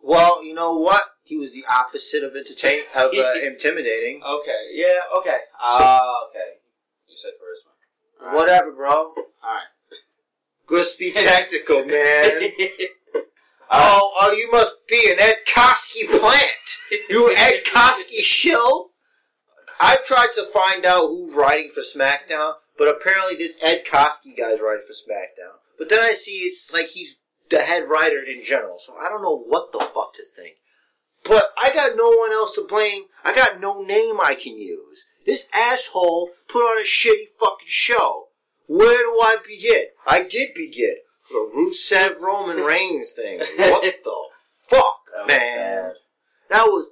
B: Well, you know what? He was the opposite of entertain of uh, intimidating.
A: Okay. Yeah. Okay. Ah. okay. You said charisma.
B: Whatever, bro.
A: All [laughs] right.
B: Just be tactical, man.
A: oh,
B: Oh, oh, you must be an Ed Koski plant. You Ed Koski shill. I've tried to find out who's writing for SmackDown, but apparently this Ed Koski guy's writing for SmackDown. But then I see it's like he's the head writer in general, so I don't know what the fuck to think. But I got no one else to blame. I got no name I can use. This asshole put on a shitty fucking show. Where do I begin? I did begin. The Rusev Roman Reigns
A: [laughs]
B: thing. What the fuck,
A: That was
B: man?
A: bad.
B: That was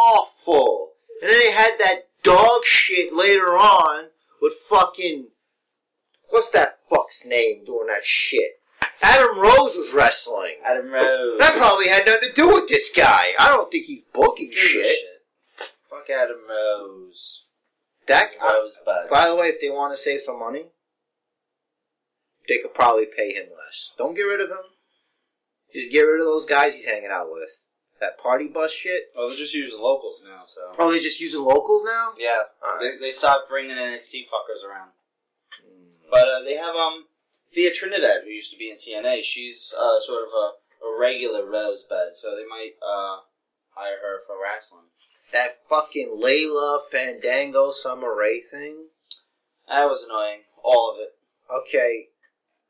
B: awful. And then they had that dog shit later on with fucking. What's that fuck's name doing that shit? Adam Rose was wrestling.
A: Adam Rose.
B: That
A: [laughs]
B: probably had nothing to do with this guy. I don't think he's booking
A: Give a
B: shit.
A: Fuck Adam Rose.
B: That
A: Rose buds.
B: by the way, if they want to save some money, they could probably pay him less. Don't get rid of him. Just get rid of those guys he's hanging out with. That party bus shit.
A: Oh, they're just using locals now. So.
B: Oh, they're just using locals now.
A: Yeah.
B: All right.
A: They they stopped bringing NXT fuckers around. But uh, they have um Thea Trinidad, who used to be in TNA. She's uh, sort of a, a regular Rosebud, so they might uh, hire her for wrestling.
B: That fucking Layla Fandango Summer Rae thing.
A: That was annoying. All of it.
B: Okay,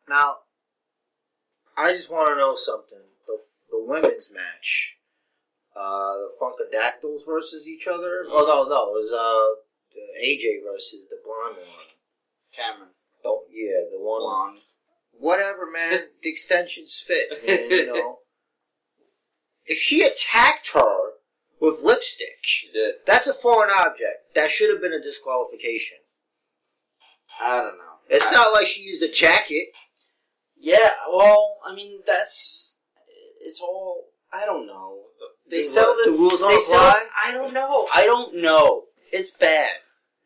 B: now I just want to know something. The the women's match, uh, the Funkadactyls versus each other. Oh no, no, it was uh AJ versus the blonde one.
A: Cameron.
B: Oh yeah, the one.
A: Blonde.
B: Whatever, man. the extensions fit, man, you [laughs] know. If she attacked her with lipstick,
A: She did.
B: that's a foreign object. That should have been a disqualification.
A: I don't know.
B: It's
A: I-
B: not like she used a jacket.
A: Yeah, well, I mean, that's. It's all. I don't know. They
B: The-
A: sell the.
B: the rules don't
A: they sell-
B: apply?
A: I don't know. I don't know. It's bad.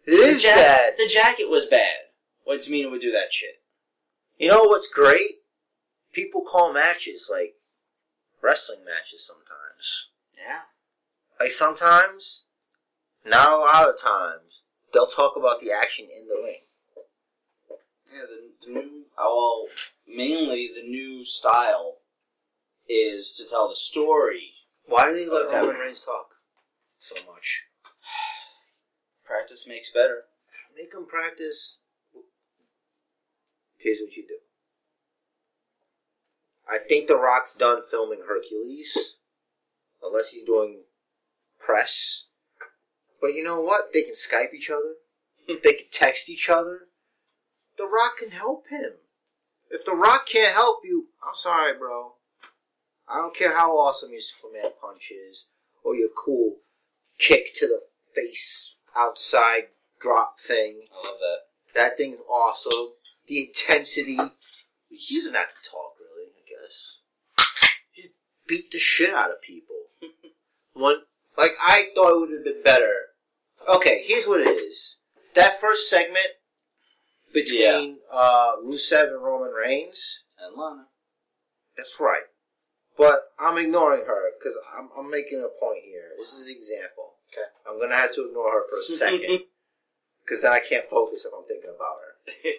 B: It is
A: the jack-
B: bad.
A: The jacket was bad. When Tamina would do that shit.
B: You know what's great? People call matches like wrestling matches sometimes.
A: Yeah.
B: Like sometimes, not a lot of times, they'll talk about the action in the ring.
A: Yeah, the, the new. Well, mainly the new style is to tell the story.
B: Why do they
A: let Roman
B: Reigns talk so much?
A: Practice makes better.
B: Make him practice. Here's what you do. I think The Rock's done filming Hercules, unless he's doing press. But you know what? They can Skype each other. they can text each other. The Rock can help him. If The Rock can't help you, I'm sorry, bro. I don't care how awesome your Superman punch is or your cool kick to the face outside drop thing.
A: I love that.
B: That thing's awesome. The intensity. He doesn't have to talk, really, I guess. Just beat the shit out of people. [laughs] One, like, I thought it would have been better. Okay, here's what it is. That first segment between uh, Rusev and Roman Reigns,
A: And Lana.
B: that's right. But I'm ignoring her because I'm, I'm making a point here. This is an example.
A: Okay.
B: I'm going to have to ignore her for
A: [laughs]
B: a second because then I can't focus if I'm thinking about her.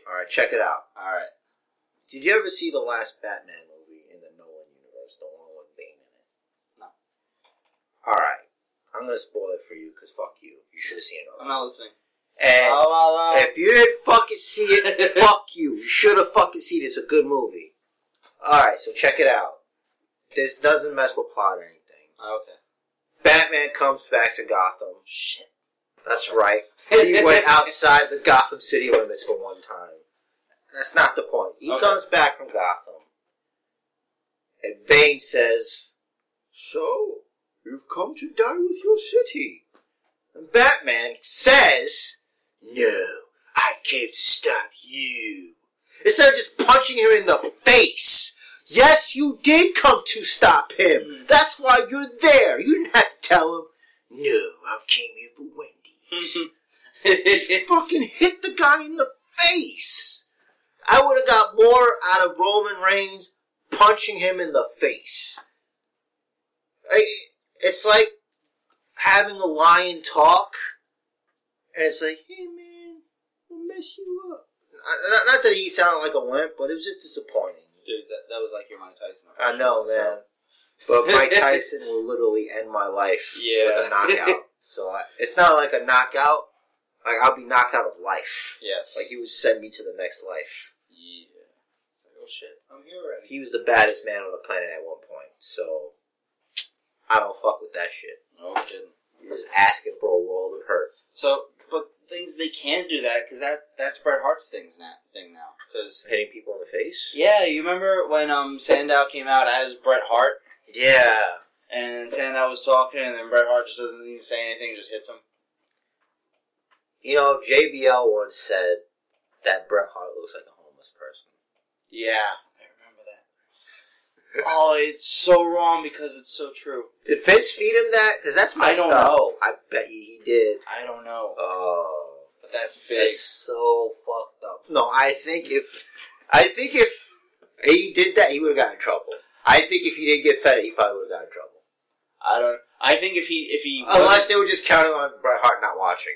B: All right, check it out.
A: All right.
B: Did you ever see the last Batman movie in the Nolan universe, the one with Bane in it?
A: No.
B: All right, I'm gonna spoil it for you because fuck you. You should have seen it.
A: I'm
B: Already.
A: not Oh, listening.
B: And
A: La, la, la.
B: if you didn't fucking
A: [laughs]
B: see it, fuck you. You should have fucking seen it. It's a good movie. All right, so check it out. This doesn't mess with plot or anything.
A: Okay.
B: Batman comes back to Gotham.
A: Shit.
B: That's right. He went outside the Gotham City limits for one time. That's not the point. He
A: Okay.
B: comes back from Gotham. And Bane says, So, you've come to die with your city. And Batman says, No, I came to stop you. Instead of just punching him in the face. Yes, you did come to stop him. That's why you're there. You didn't have to tell him. No, I came here for Wendy's. Just fucking hit the guy in the face. I would have got more out of Roman Reigns punching him in the face. I- It's like having a lion talk, and it's like, hey man, we'll mess you up. I- Not, not that he sounded like a wimp, but it was just disappointing.
A: Dude, that, that was like your Mike Tyson.
B: I know,
A: So-
B: man.
A: [laughs]
B: But Mike Tyson will literally end my life with
A: Yeah. [laughs]
B: a knockout. So I, it's not like a knockout. Like I'll be knocked out of life.
A: Yes.
B: Like he would send me to the next life.
A: yeah. It's like, oh shit. I'm here already.
B: He was the baddest man on the planet at one point. So I don't fuck with that shit.
A: No kidding.
B: He was asking for a world of hurt.
A: So, but things they can do that because that that's Bret Hart's things now, thing now. Because
B: Hitting people in the face.
A: yeah, you remember when um Sandow came out as Bret Hart
B: Yeah.
A: and Sandow was talking and then Bret Hart just doesn't even say anything, just hits him.
B: You know, JBL once said that Bret Hart looks like a homeless person.
A: Yeah, I remember that.
B: [laughs]
A: oh, it's so wrong because it's so true.
B: Did Vince feed him that? Because that's my
A: I don't
B: stuff.
A: know.
B: I bet you he did.
A: I don't know,
B: Oh,
A: but that's big.
B: it's so fucked up. No, I think if I think if he did that, he would have gotten in trouble. I think if he didn't get fed, he probably would have gotten in trouble.
A: I don't. I think if he if he
B: Unless they were just counting on Bret Hart not watching.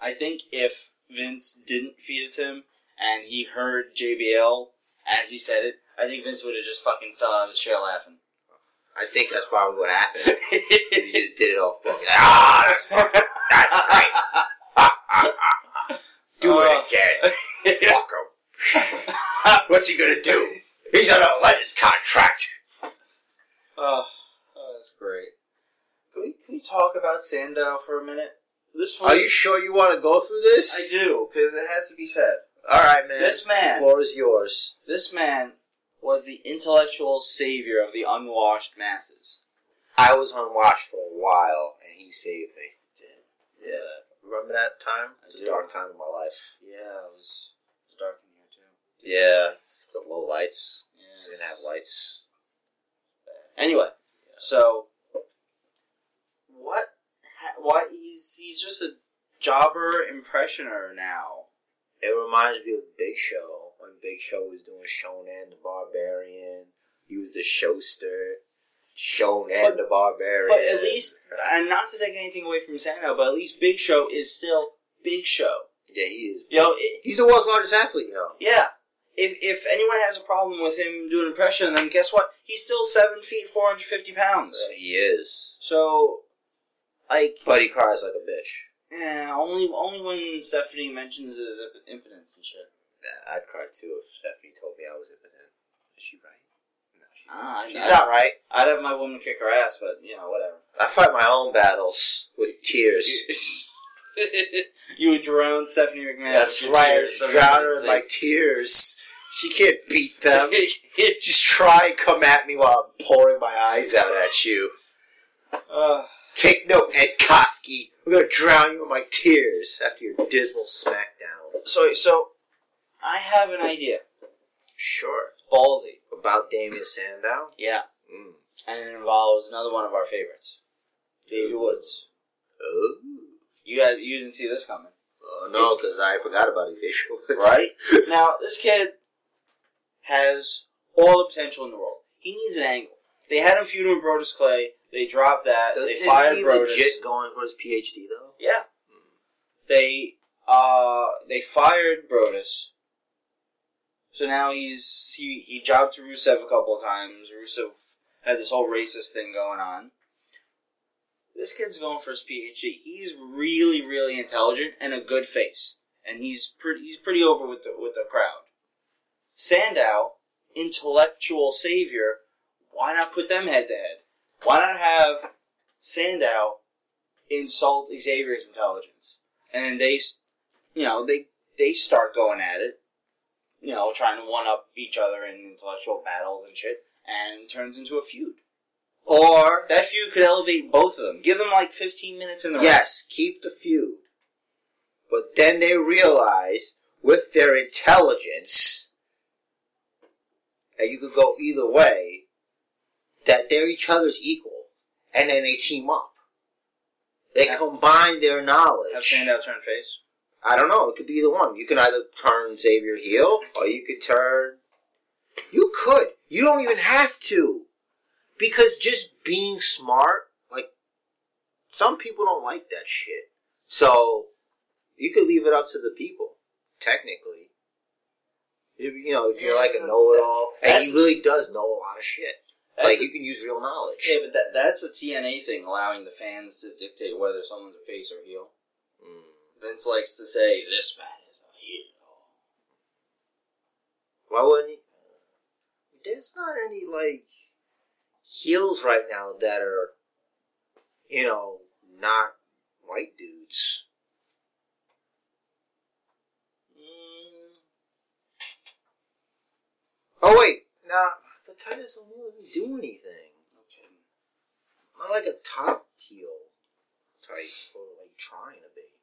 A: I think if Vince didn't feed it to him and he heard JBL as he said it, I think Vince would have just fucking fell out of his chair laughing.
B: [laughs] I think that's probably
A: [laughs]
B: what happened. he just did it off book. Ah, that's fucking, that's right.
A: [laughs]
B: Ah, ah, ah, ah. Do
A: Oh.
B: it again. Fuck him. [laughs] What's he gonna do? He's on a legends contract.
A: [laughs] oh, oh, that's great. Can we, can we talk about Sandow for a minute? This one,
B: Are you sure you want to go through
A: I
B: this?
A: do because it has to be said.
B: All right, man.
A: This man.
B: The floor is yours.
A: This man was the intellectual savior of the unwashed masses.
B: I was on watch for a while, and he saved me.
A: Yeah,
B: Remember that time?
A: I
B: It's a
A: do.
B: dark time in my life.
A: yeah, it was, it was dark in here too.
B: Yeah, the low lights.
A: Yeah,
B: Didn't have lights.
A: Anyway, so what? ha- Why he's he's just a jobber impressioner now?
B: It reminds me of Big Show when Big Show was doing Shonen the Barbarian. He was the showster. Shonen
A: But-
B: the Barbarian.
A: But at least, and not to take anything away from Sandow, but at least Big Show is still Big Show.
B: yeah, he is.
A: You know, it,
B: He's the world's largest athlete, you know.
A: yeah. If if anyone has a problem with him doing impression, then guess what? He's still seven feet, four hundred fifty pounds.
B: He is.
A: So, like,
B: But he cries like a bitch.
A: eh, only only when Stephanie mentions his imp- impotence and shit.
B: Nah, I'd cry too if Stephanie told me I was impotent. Is she right? No, she's
A: Ah, I-
B: She's not right.
A: I'd have my woman kick her ass, but you know, whatever.
B: I fight my own battles with tears.
A: [laughs] you would drown Stephanie McMahon.
B: That's
A: with your
B: right.
A: tears, so
B: Drown her
A: it's
B: in my
A: [laughs]
B: tears. She can't beat them.
A: like- [laughs]
B: Just try and come at me while I'm pouring my eyes out at you.
A: Ugh.
B: Take note, Ed Koski. I'm gonna drown you in my tears after your dismal smackdown.
A: So, so I have an idea.
B: Sure.
A: It's ballsy.
B: About Damien Sandow?
A: Yeah,
B: Mm.
A: and it involves another one of our favorites, Davy Woods.
B: Oh.
A: You had, you didn't see this coming,
B: Oh, no, because I forgot about his issue. [laughs]
A: right? now this kid has all the potential in the world. He needs an angle. They had him feuding with Brodus Clay. They dropped that.
B: Does,
A: they
B: is
A: fired
B: he
A: Brodus.
B: legit going for his PhD, though?
A: Yeah. They uh they fired Brodus. So now he's he, he jobbed to Rusev a couple of times. Rusev had this whole racist thing going on. This kid's going for his PhD. He's really, really intelligent and a good face. And he's pretty he's pretty over with the with the crowd. Sandow, intellectual savior, why not put them head to head? Why not have Sandow insult Xavier's intelligence, and then they, s- you know, they they start going at it, you know, trying to one up each other in intellectual battles and shit, and it turns into a feud.
B: Or
A: That feud could elevate both of them. Give them like fifteen minutes in the ring.
B: Yes, keep the feud. But then they realize, with their intelligence, that you could go either way, that they're each other's equal. And then they team up. They
A: Yeah.
B: combine their
A: Have
B: knowledge.
A: Sandow turn face.
B: I don't know, it could be either one. You can either turn Xavier heel, or you could turn. You could. You don't even have to. Because just being smart, like, some people don't like that shit. So, you could leave it up to the people, technically. If, you know, if you're like a
A: Yeah,
B: know it all, and he
A: that's-
B: really does know a lot of shit.
A: That's
B: Like,
A: a-
B: you can use real knowledge.
A: yeah, but that, that's a TNA thing, allowing the fans to dictate whether someone's a face or heel.
B: Mm.
A: Vince likes to say, "This man is a heel."
B: Why wouldn't he? There's not any like heels right now that are, you know, not white dudes.
A: Mm,
B: Oh wait, nah, but Titus O'Neil doesn't do anything.
A: okay.
B: Not like a top heel type, or like trying to be.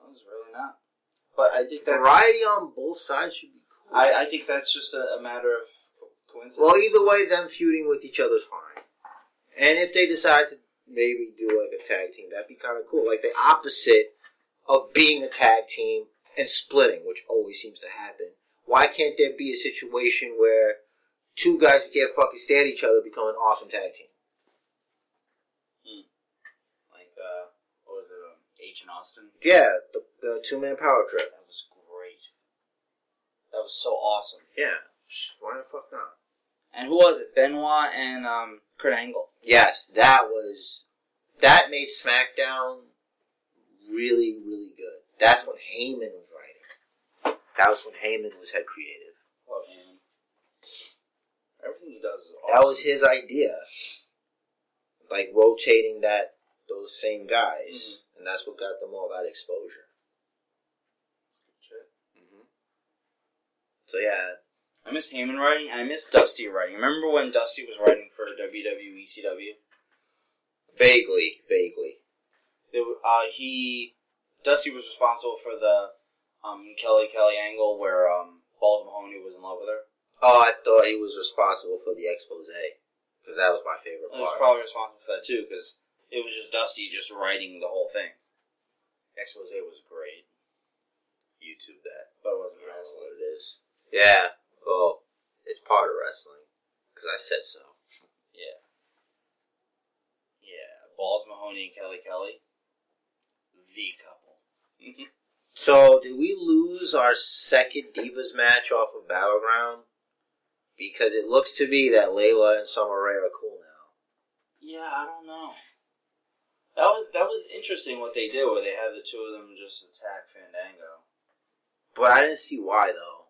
A: No, it's really not. But I think that's
B: Variety on both sides should be cool.
A: I, I think that's just a, a matter of co- coincidence.
B: well, either way, them feuding with each other's fine. And if they decide to maybe do like a tag team, that'd be kind of cool. Like the opposite of being a tag team and splitting, which always seems to happen. Why can't there be a situation where two guys who can't fucking stand each other become an awesome tag team?
A: like uh, what was it? Um, H and Austin.
B: Yeah, the, the two man power trip.
A: That was great. That was so awesome.
B: Yeah, why the fuck not?
A: And who was it? Benoit and um, Kurt Angle.
B: Yes, that was that made SmackDown really, really good. That's when Heyman was writing. That was when Heyman was head creative.
A: Love him. Everything he does is awesome.
B: That was his idea. Like rotating that those same guys, and that's what got them all that exposure.
A: Shit.
B: So yeah,
A: I miss Heyman writing. and I miss Dusty writing. Remember when Dusty was writing for WWE CW?
B: vaguely, vaguely.
A: It, w- uh, he Dusty was responsible for the um, Kelly Kelly angle where um, Balls Mahoney was in love with her.
B: Oh, I thought he was responsible for the expose because that was my favorite
A: He was
B: part.
A: probably responsible for that too because it was just Dusty just writing the whole thing. Expose was great,
B: YouTube that.
A: but it wasn't
B: You know
A: wrestling.
B: what it is. Yeah. Well, it's part of wrestling because I said so.
A: Yeah, yeah. Balls Mahoney and Kelly Kelly, the couple. [laughs]
B: So, did we lose our second Divas match off of Battleground? Because it looks to be that Layla and Summer Rae are cool now.
A: yeah, I don't know. That was that was interesting what they did where they had the two of them just attack Fandango.
B: But I didn't see why, though.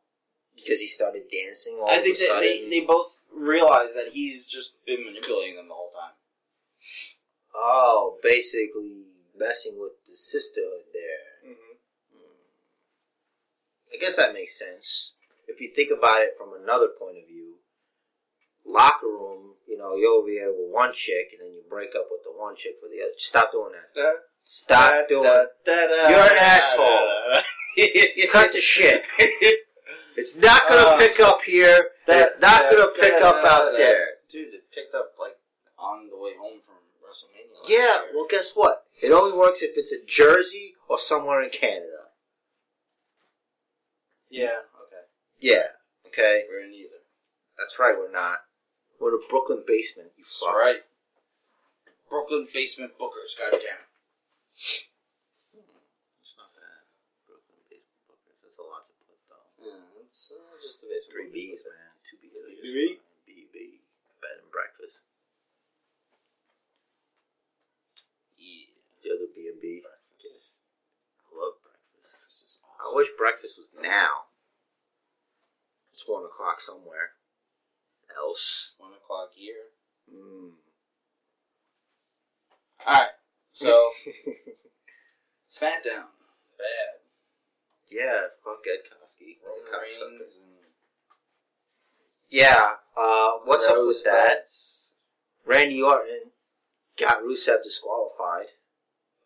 B: Because he started dancing all
A: I think
B: of a
A: that
B: sudden.
A: they, they both realize that he's just been manipulating them the whole time.
B: oh, basically messing with the sisterhood there.
A: Mm-hmm.
B: I guess that makes sense. If you think about it from another point of view, locker room, you You know, you're over here with one chick, and then you break up with the one chick for the other. Stop doing that.
C: Da, da,
B: Stop doing
C: da,
B: it.
C: da, da,
B: You're an
C: da,
B: asshole.
C: da, da,
A: [laughs]
C: da.
B: [laughs] Cut the shit. It's not gonna
C: Uh,
B: pick up here.
C: That-
B: it's not
C: that-
B: gonna pick
C: that-
B: up out
C: that-
B: there.
A: Dude, it picked up like on the way home from WrestleMania. last
B: Yeah,
A: year.
B: well, guess what? It only works if it's in Jersey or somewhere in Canada.
A: yeah, okay.
B: Yeah. Okay.
A: We're in either.
B: That's right. We're not. We're in a Brooklyn basement. You
A: That's
B: fuck.
A: right. Brooklyn basement bookers, goddamn.
B: It's not bad. Brooklyn basement bookers. That's a lot to put though.
A: Yeah, it's uh, just a bit.
B: Three B's, man. Two B's.
C: B?
B: B B. Bed and breakfast.
A: Yeah.
B: The other B and B.
A: Breakfast.
B: I love breakfast.
A: Breakfast is
B: I
A: awesome.
B: wish breakfast was now. It's one o'clock somewhere. Else.
A: One o'clock here.
B: Mm. [laughs]
A: Alright, [laughs] so SmackDown. Bad.
B: yeah, fuck Ed Koski.
A: Roman Reigns and
B: Yeah. Uh, what's up with that?
A: Rosebuds.
B: Randy Orton got Rusev disqualified.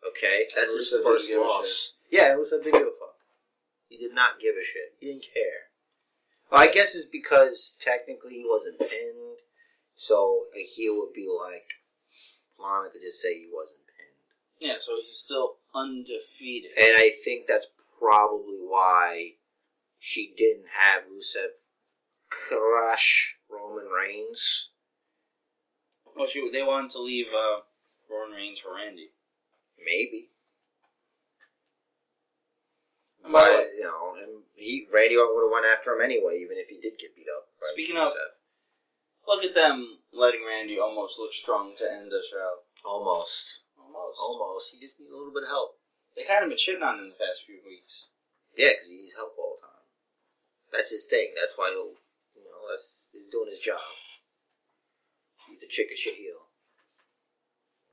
B: Okay, that's his
C: Rusev
B: first
C: didn't give a
B: loss. Yeah, Rusev didn't give a fuck. He did not give a shit. He didn't care. Well, I guess it's because technically he wasn't pinned, so a heel would be like Lana could just say he wasn't pinned,
A: Yeah, so he's still undefeated.
B: and I think that's probably why she didn't have Rusev crush Roman Reigns.
A: Well, Oh, shoot, they wanted to leave uh, Roman Reigns for Randy.
B: Maybe.
A: And by the way,
B: But you know, him, he Randy Orton would have went after him anyway, even if he did get beat up. by
A: Speaking of-
B: Rusev.
A: look at them letting Randy almost look strong to end the show.
B: almost,
A: Almost.
B: almost, he just needs a little bit of help.
A: They kind of been shitting on him the past few weeks.
B: Yeah, because he needs help all the time. That's his thing. That's why he'll, you know, that's he's doing his job. He's a chicken shit heel.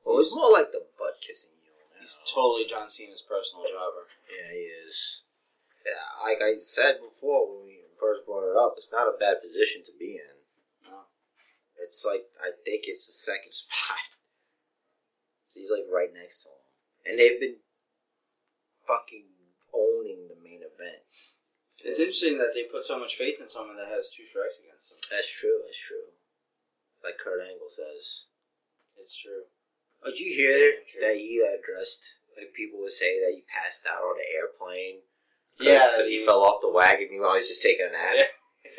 B: Well, it's
A: He's-
B: more like the butt kissing heel. Now.
A: He's totally John Cena's personal jobber.
B: Yeah, he is. Yeah, like I said before when we first brought it up, it's not a bad position to be in.
A: No.
B: It's like I think it's the second [laughs] spot. So he's like right next to him, and they've been fucking owning the main event.
A: It's interesting that they put so much faith in someone that has two strikes against them.
B: That's true. That's true. Like Kurt Angle says.
A: It's true.
B: Oh, did you hear that he addressed? Like people would say that he passed out on the airplane.
A: Yeah,
B: because he
A: he-
B: fell off the wagon. Meanwhile, he's just taking a nap.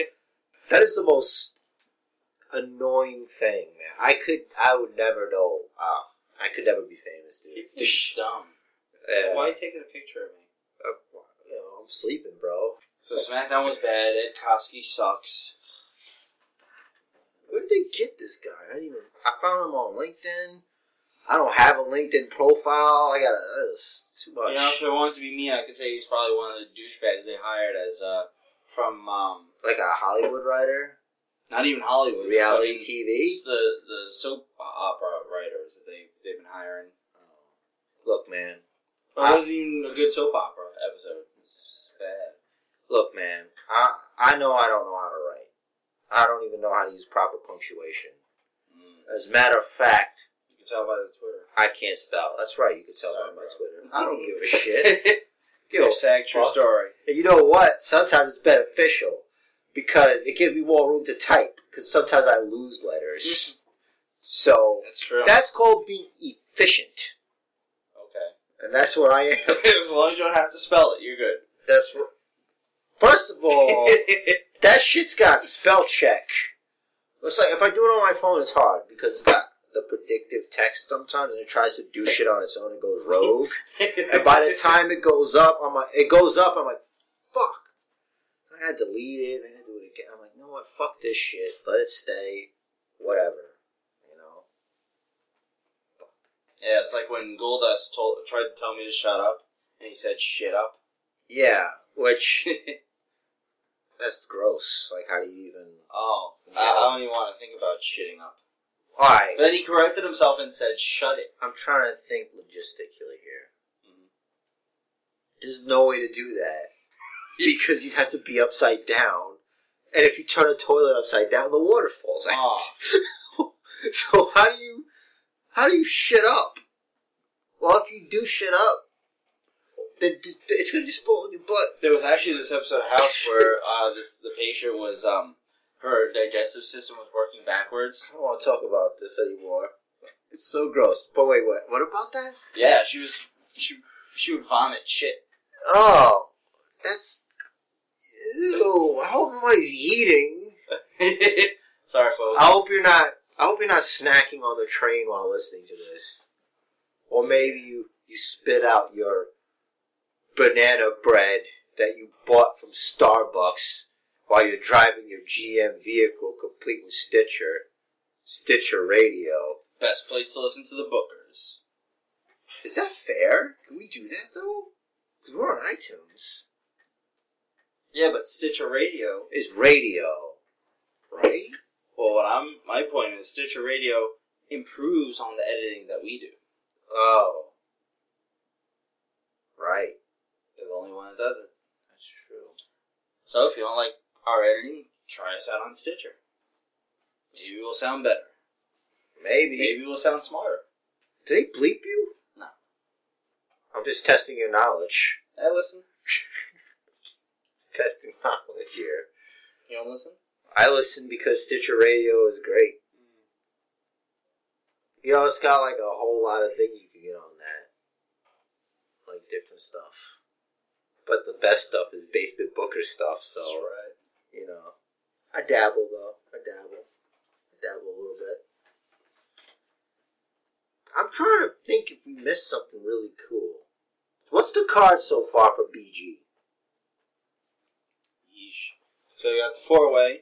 A: [laughs]
B: That is the most annoying thing, man. I could, I would never know. Uh, I could never be famous, dude.
A: [laughs] People are dumb.
B: Yeah.
A: Why are you taking a picture of me?
B: Uh, you know, I'm sleeping, bro.
A: So SmackDown was bad. Ed Koski sucks.
B: Where did they get this guy? I didn't even. I found him on LinkedIn. I don't have a LinkedIn profile. I got to too much.
A: You know, if it wanted to be me, I could say he's probably one of the douchebags they hired as uh from um
B: Like a Hollywood writer,
A: not even Hollywood
B: reality
A: fucking-
B: TV.
A: It's the the soap opera writers that they they've been hiring.
B: Oh. Look, man.
A: It wasn't even a good soap opera episode. It's bad.
B: Look, man. I I know I don't know how to write. I don't even know how to use proper punctuation.
A: Mm.
B: As a matter of fact,
A: You can tell by the Twitter.
B: I can't spell. That's right. You can tell
A: Sorry,
B: by my
A: bro.
B: Twitter. I don't give
A: [laughs]
B: a shit. Give a
A: Hashtag true
B: fuck.
A: story.
B: And you know what? Sometimes it's beneficial because it gives me more room to type. Because sometimes I lose
A: Mm-hmm.
B: letters. so
A: That's true.
B: that's called being efficient,
A: okay.
B: and that's what I am.
A: [laughs] as long as you don't have to spell it, you're good.
B: That's wh- first of all,
A: [laughs] Oh.
B: that shit's got spell check. It's like if I do it on my phone, it's hard because it's got the predictive text sometimes, and it tries to do shit on its own. It goes rogue. and by the time it goes up, I'm like, it goes up. I'm like, fuck. I gotta delete it. I gotta do it again. I'm like, you know what? Fuck this shit. Let it stay. Whatever. You know.
A: yeah, it's like when Goldust told tried to tell me to shut up, and he said shit up.
B: Yeah. Which [laughs] that's gross. Like, how do you even?
A: oh, I,
B: Yeah.
A: I don't even want to think about shitting up.
B: All right.
A: But then he corrected himself and said shut it.
B: I'm trying to think logistically here.
A: Mhm.
B: There's no way to do that because you'd have to be upside down, and if you turn a toilet upside down, the water falls out.
A: Aw.
B: [laughs] So how do you how do you shit up? Well, if you do shit up, then d- d- it's gonna just fall in your butt.
A: There was actually this episode of [laughs] House where uh, this the patient was um her digestive system was working backwards.
B: I don't want to talk about this anymore. It's so gross. But wait, what? What about that?
A: Yeah, she was she she would vomit [laughs] shit.
B: Oh, that's ew. I hope nobody's eating.
A: Sorry, folks.
B: I hope you're not. I hope you're not snacking on the train while listening to this, or maybe you you spit out your banana bread that you bought from Starbucks while you're driving your GM vehicle, complete with Stitcher, Stitcher radio.
A: Best place to listen to the Bookers.
B: Is that fair? Can we do that though? Because we're on iTunes.
A: Yeah, but Stitcher Radio.
B: It's radio, right?
A: Well, what I'm my point is Stitcher Radio improves on the editing that we do.
B: Oh, right.
A: They're the only one that does it.
B: That's true.
A: So if you don't like our editing, try us out on Stitcher. Maybe we'll sound better.
B: Maybe.
A: Maybe we'll sound smarter.
B: Do they bleep you?
A: No.
B: I'm just testing your knowledge. [laughs]
A: Hey, listen.
B: Testing knowledge here.
A: You don't listen?
B: I listen because Stitcher Radio is great. You know, it's got like a whole lot of things you can get on that, like different stuff. But the best stuff is Basement Booker stuff. So
A: right.
B: you know, I dabble though. I dabble. I dabble a little bit. I'm trying to think if we missed something really cool. What's the card so far for BG?
A: Yeesh. So you got the four way.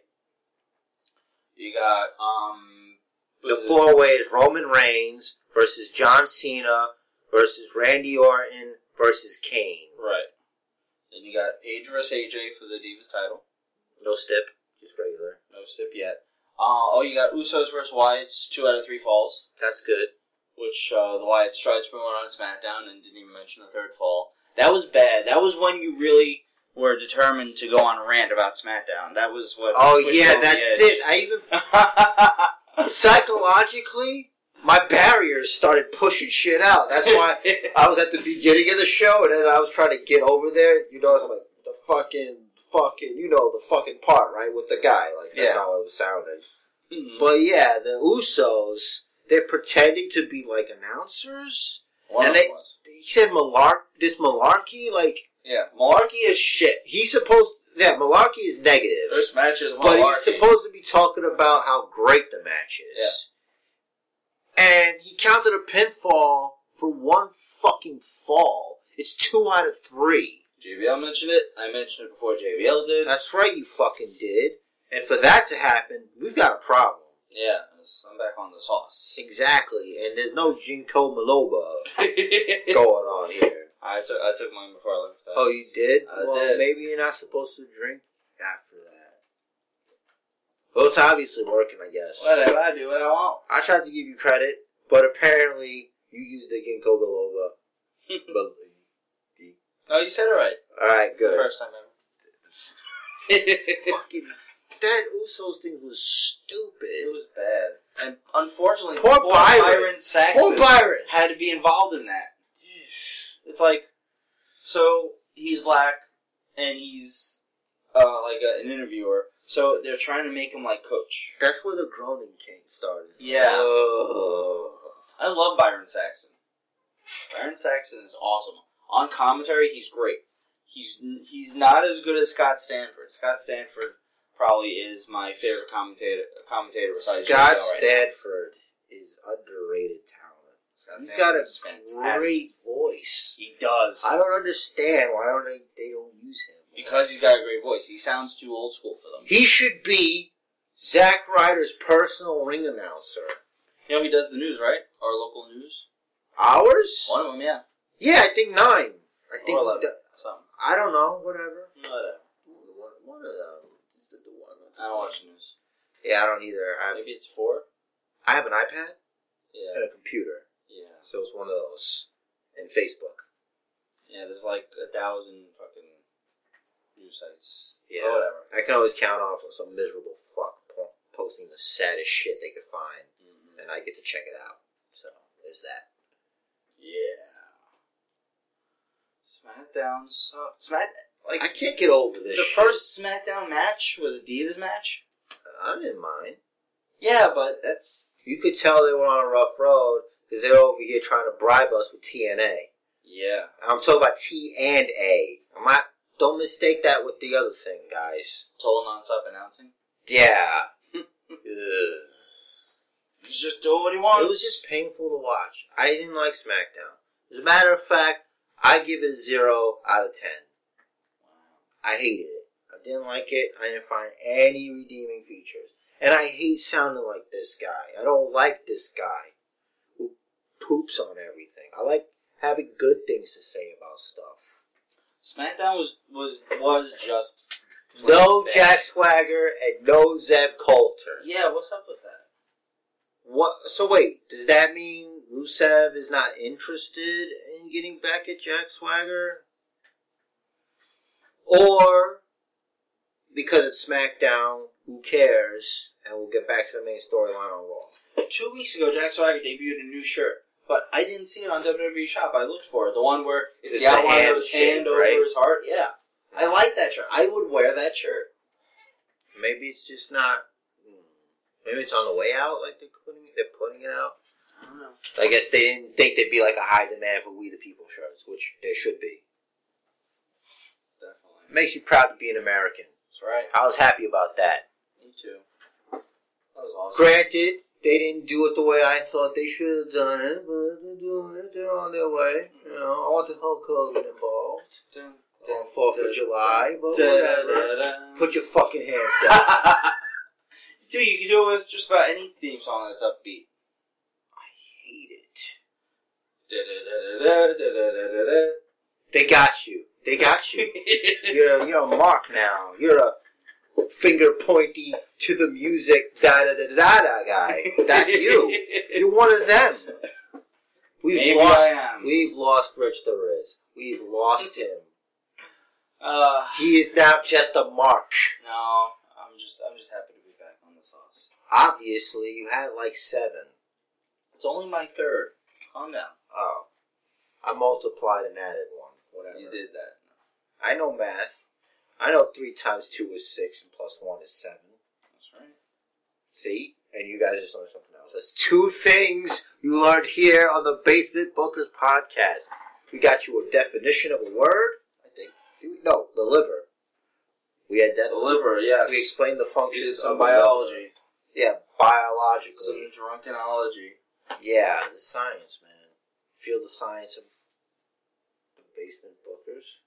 A: You got um
B: The
A: was it-
B: four way is Roman Reigns versus John Cena versus Randy Orton versus Kane.
A: Right. Then you got Paige versus AJ for the Divas title.
B: No step, just regular.
A: No stip yet. Uh, oh, you got Usos versus Wyatt's two out of three falls.
B: That's good.
A: which uh, the Wyatt Stride's been on SmackDown and didn't even mention the third fall. That was bad. That was when you really were determined to go on a rant about SmackDown. That was what.
B: Oh
A: pushed you
B: yeah,
A: over the
B: that's
A: edge.
B: it. I even [laughs] psychologically, my barriers started pushing shit out.
A: [laughs]
B: That's why I was at the beginning of the show, and as I was trying to get over there, you know, I'm like the fucking, fucking, you know, the fucking part right with the guy. Like that's
A: Yeah.
B: how it was sounding.
A: Mhm.
B: But yeah, the Usos, they're pretending to be like announcers.
A: One
B: and
A: of
B: they-
A: them was.
B: He said malar this malarkey, like
A: Yeah.
B: malarkey is shit. He's supposed yeah, malarkey is negative.
A: This match is
B: But
A: malarkey.
B: he's supposed to be talking about how great the match is. And he counted a pinfall for one fucking fall. It's two out of three.
A: JBL mentioned it. I mentioned it before JBL did.
B: That's right, you fucking did. And for that to happen, we've got a problem.
A: yeah. I'm back on the sauce. [laughs]
B: Exactly. And there's no Jinko Maloba
A: I
B: going on here.
A: took I took mine before I left. the
B: Oh,
A: house.
B: you did?
A: I
B: well,
A: did.
B: maybe you're not supposed to drink after that. Well, it's obviously working, I guess.
A: Whatever. I do what I want.
B: I tried to give you credit, but apparently you used the ginkgo biloba. But-
A: [laughs] no, you said it right.
B: all right, good.
A: First time ever.
B: [laughs] Fucking that Usos thing
A: It
B: was stupid.
A: was bad. And unfortunately,
B: Poor Byron.
A: Saxon
B: Poor Byron.
A: had to be involved in that. It's like, so he's black and he's uh, like a, an interviewer. So they're trying to make him like Coach.
B: That's where the groaning king started.
A: Yeah.
B: Uh, Ugh.
A: I love Byron Saxon. Byron Saxon is awesome. On commentary, he's great. He's he's not as good as Scott Stanford. Scott Stanford probably is my favorite commentator. Commentator besides
B: Scott
A: JBL right now.
B: Stanford is underrated talent.
A: Scott
B: He's
A: Stanford
B: got a
A: is fantastic.
B: great voice.
A: He does.
B: I don't understand why don't they, they don't use him.
A: Because he's got a great voice. He sounds too old school for them.
B: He should be Zack Ryder's personal ring announcer.
A: You know, he does the news, right? Our local news.
B: Ours?
A: One of them, yeah.
B: Yeah, I think nine. I think
A: Or 11.
B: he do-
A: Something.
B: I don't know. Whatever.
A: Whatever.
B: One, one of them. Is it the one?
A: I don't watch the news.
B: Yeah, I don't either. I have,
A: Maybe it's four?
B: I have an iPad and
A: Yeah.
B: a computer,
A: Yeah.
B: so it's one of those. And Facebook.
A: Yeah, there's like a thousand fucking news sites. Or
B: Yeah.
A: Oh, whatever.
B: I can always count off on some miserable fuck po- posting the saddest shit they could find.
A: Mm.
B: and I get to check it out. So there's that.
A: Yeah. SmackDown sucked. Smack like
B: I can't get over this.
A: the
B: shit.
A: first SmackDown match was a Divas match.
B: I didn't mind.
A: Yeah, but that's
B: You could tell they were on a rough road because they're over here trying to bribe us with TNA.
A: yeah.
B: I'm talking about T and A. I'm not. Don't mistake that with the other thing, guys.
A: Total non-stop announcing.
B: Yeah. Ugh.
A: You just do what he
B: It was just painful to watch. I didn't like SmackDown. As a matter of fact, I give it a zero out of ten. I hated it. I didn't like it. I didn't find any redeeming features. And I hate sounding like this guy. I don't like this guy who poops on everything. I like having good things to say about stuff.
A: SmackDown was was was just
B: No
A: Bad.
B: Jack Swagger and no Zeb Coulter.
A: yeah. What's up with that?
B: What? So wait, does that mean Rusev is not interested in getting back at Jack Swagger, or because it's SmackDown, who cares? And we'll get back to the main storyline on Raw.
A: Two weeks ago, Jack Swagger debuted a new shirt, but I didn't see it on WWE Shop. I looked for it. The one where it's,
B: It's
A: the
B: the
A: outline
B: hand
A: of his
B: shape,
A: hand
B: right?
A: over his heart. Yeah, I like that shirt. I would wear that shirt.
B: Maybe it's just not. hmm, Maybe it's on the way out. Like they're putting they're putting it out.
A: I don't know.
B: I guess they didn't think there'd be like a high demand for We the People shirts, which there should be.
A: Definitely.
B: Makes you proud to be an American.
A: That's right.
B: I was happy about that.
A: Me too. That was awesome.
B: Granted, they didn't do it the way I thought they should have done it, but they're doing it. They're on their way. You know, I wanted Hulk Hogan involved
A: Dun,
B: on Fourth of July, but whatever. Put your fucking hands [laughs] down.
A: [laughs] Dude, you can do it with just about any theme song that's upbeat.
B: I hate it.
A: [laughs] Da-da-da-da-da-da-da-da.
B: They got you. They got you. [laughs] You're a, you're a mark now. You're a finger pointy to the music da da da da da guy. That's [laughs] you. You're one of them. We've
A: Maybe
B: lost.
A: I am.
B: We've lost Rich Torres. We've lost him.
A: Uh,
B: He is now just a mark.
A: no, I'm just I'm just happy to be back on the sauce.
B: Obviously, you had like seven.
A: It's only my third. Calm down.
B: Oh, I multiplied and added one. Whatever.
A: You did that.
B: I know math. I know three times two is six, and plus one is seven.
A: That's right.
B: See, and you guys just learned something else. That's two things you learned here on the Basement Bookers podcast. We got you a definition of a word. I think no, the liver. We had that.
A: The liver, yes.
B: We explained the
A: We
B: functions.
A: did
B: of
A: some
B: the liver.
A: biology,
B: Yeah, biologically.
A: some drunkenology.
B: Yeah, the science, man. Feel the science of the basement bookers.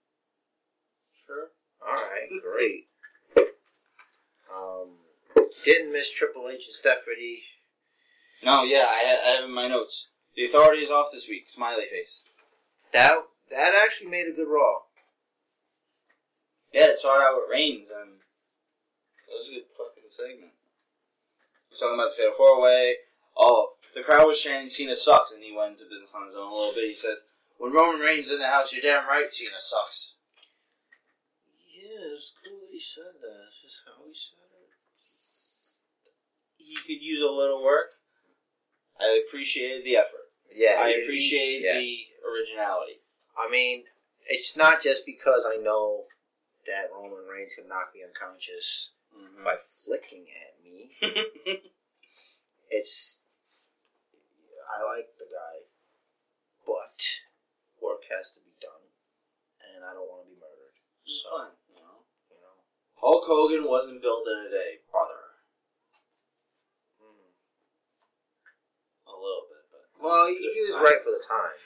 A: Sure.
B: All [laughs] right, great. Um, didn't miss Triple H and Stephanie.
A: No, yeah, I, ha- I have in my notes. The authority is off this week. Smiley face.
B: That that actually made a good Raw.
A: Yeah, it started out with Reigns, and that was a good fucking segment. We're talking about the Fatal Four Way. Oh, the crowd was chanting Cena sucks, and he went into business on his own a little bit. He says, "When Roman Reigns is in the house, you're damn right Cena sucks."
B: Yeah, it's cool that he said that. It's just how he said it.
A: He could use a little work. I appreciated the effort.
B: Yeah,
A: I
B: he-
A: appreciate
B: yeah.
A: the originality.
B: I mean, it's not just because I know that Roman Reigns can knock me unconscious
A: Mm-hmm. [laughs]
B: by flicking at me. it's I like the guy, but work has to be done, and I don't want to be murdered.
A: It's fun, you know.
B: You know,
A: Hulk Hogan wasn't built in a day, brother. A little bit, but
B: Mm-hmm. well, he, he was right for the time.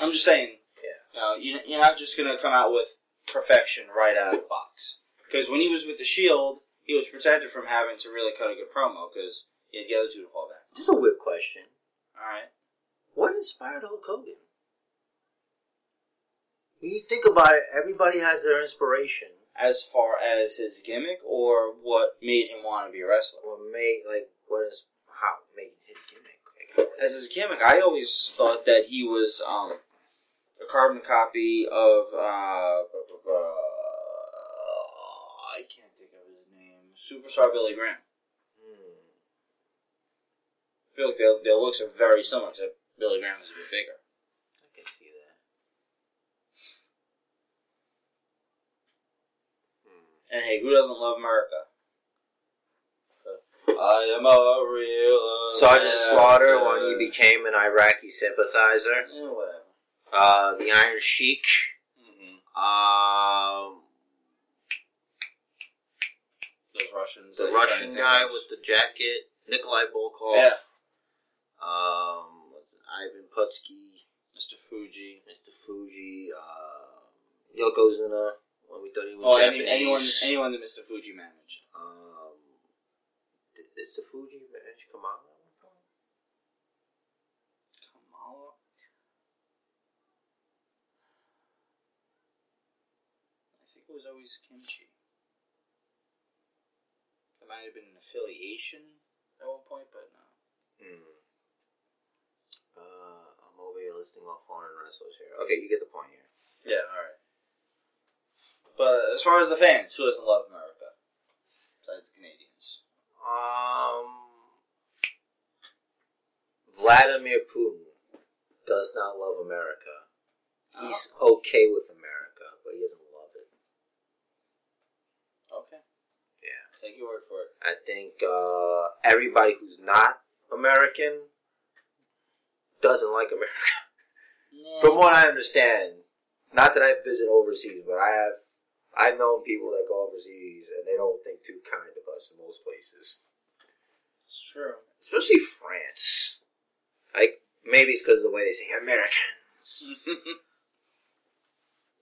A: I'm just saying.
B: Yeah.
A: You know, you, you're not just gonna come out with perfection right out of the box. Because when he was with the Shield, he was protected from having to really cut a good promo because he had the other two to fall back.
B: This is a weird question.
A: All right.
B: What inspired Hulk Hogan? When you think about it, everybody has their inspiration.
A: As far as his gimmick or what made him want to be a wrestler.
B: What made like what is how made his gimmick?
A: As his gimmick, I always thought that he was um, a carbon copy of. Uh, blah, blah, blah. I can't think of his name. Superstar Billy Graham.
B: Hmm.
A: I feel like their, their looks are very similar, except Billy Graham is a bit bigger.
B: I can see that.
A: And hey, who doesn't love America? I am a real
B: Sergeant Slaughter,
A: American.
B: when he became an Iraqi sympathizer,
A: Yeah, whatever.
B: uh, the Iron Sheik,
A: hmm
B: um,
A: Those Russians. that you're trying
B: the
A: to
B: Russian
A: think
B: guy
A: of.
B: with the jacket, Nikolai Volkov,
A: yeah,
B: um, Ivan Putski,
A: Mr. Fuji.
B: Mr. Fuji, um, Yokozuna, when we thought he was
A: Oh,
B: Japanese.
A: any, anyone, anyone that Mr. Fuji managed.
B: Um, did Mr. Fuji manage Kamala? at one point?
A: Kamala. I think it was always Kimchi. It might have been an affiliation at one point, but no.
B: Hmm. Uh, I'm over here listing all foreign wrestlers here. Okay, you get the point here.
A: Yeah, alright. But as far as the fans, who doesn't love America? Besides the Canadians.
B: Um, Vladimir Putin does not love America.
A: Uh-huh.
B: He's okay with America, but he doesn't love it.
A: Okay.
B: Yeah.
A: Take your word for it.
B: I think uh, everybody who's not American doesn't like America. From what I understand, not that I visit overseas, but I have I've known people that go overseas and they don't think too kind of us in most places,
A: It's [laughs] true.
B: especially France. Like maybe it's because of the way they say
A: Mm-hmm.
B: Americans,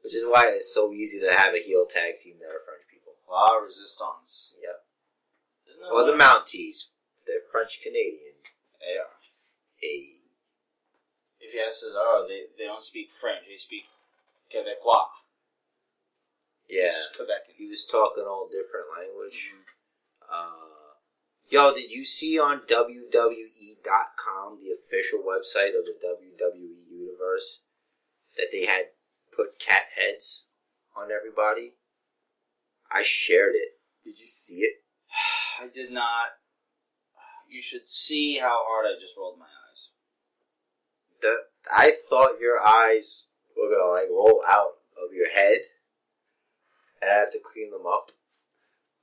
B: which is why it's so easy to have a heel tag team that are French people.
A: La Resistance.
B: Yep.
A: No,
B: Or the Mounties, they're French Canadian.
A: They are.
B: A
A: If you ask Cesaro, "Oh, they, they don't speak French. They speak Quebecois.
B: yeah,
A: It's Quebecan.
B: he was talking all different language. Uh, yo, did you see on WWE.com, the official website of the WWE Universe, that they had put cat heads on everybody? I shared it. Did you see it? Mm-hmm.
A: I did not. You should see how hard I just rolled my eyes.
B: The, I thought your eyes were gonna like roll out of your head, and I had to clean them up.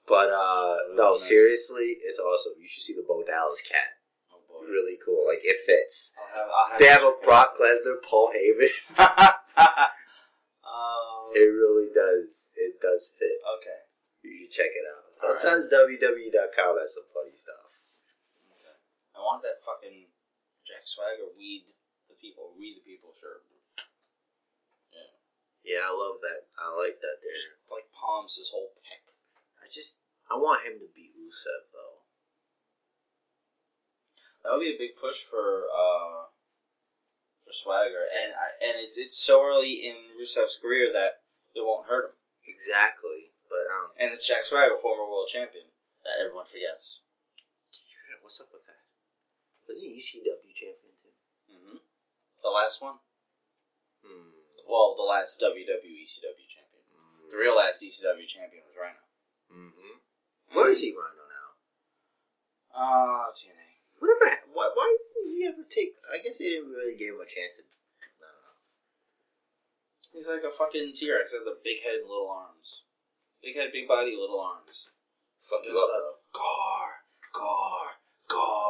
B: But uh, no, seriously, it's awesome. You should see the Bo Dallas cat.
A: Oh boy.
B: Really cool. Like it fits.
A: I'll have, I'll have
B: They have a Brock Lesnar, Paul Heyman.
A: [laughs] um,
B: It really does. It does fit.
A: okay.
B: You should check it out.
A: All right.
B: Sometimes WWE.com has some funny stuff.
A: I want that fucking Jack Swagger weed the people, weed the people shirt.
B: Yeah, I love that. I like that there.
A: Just like palms his whole peck.
B: I just I want him to beat Rusev though.
A: That would be a big push for uh, for Swagger, and I, and it's it's so early in Rusev's career that it won't hurt him.
B: Exactly. But um
A: And it's Jack Swagger, former world champion, that everyone forgets.
B: what's up with that? Was he ECW champion too?
A: Mm-hmm. The last one,
B: Hmm.
A: well, the last WWE CW champion, the real last ECW champion was Rhino.
B: Mm-hmm. Where is he Rhino now?
A: Ah, uh, TNA.
B: Whatever hap- why why did he ever take I guess they didn't really give him a chance to I don't know.
A: He's like a fucking T Rex. Has a big head and little arms. Big head, big body, little arms.
B: Fuck you
A: Just
B: up
A: like-
B: though.
A: Gar, gar, gar.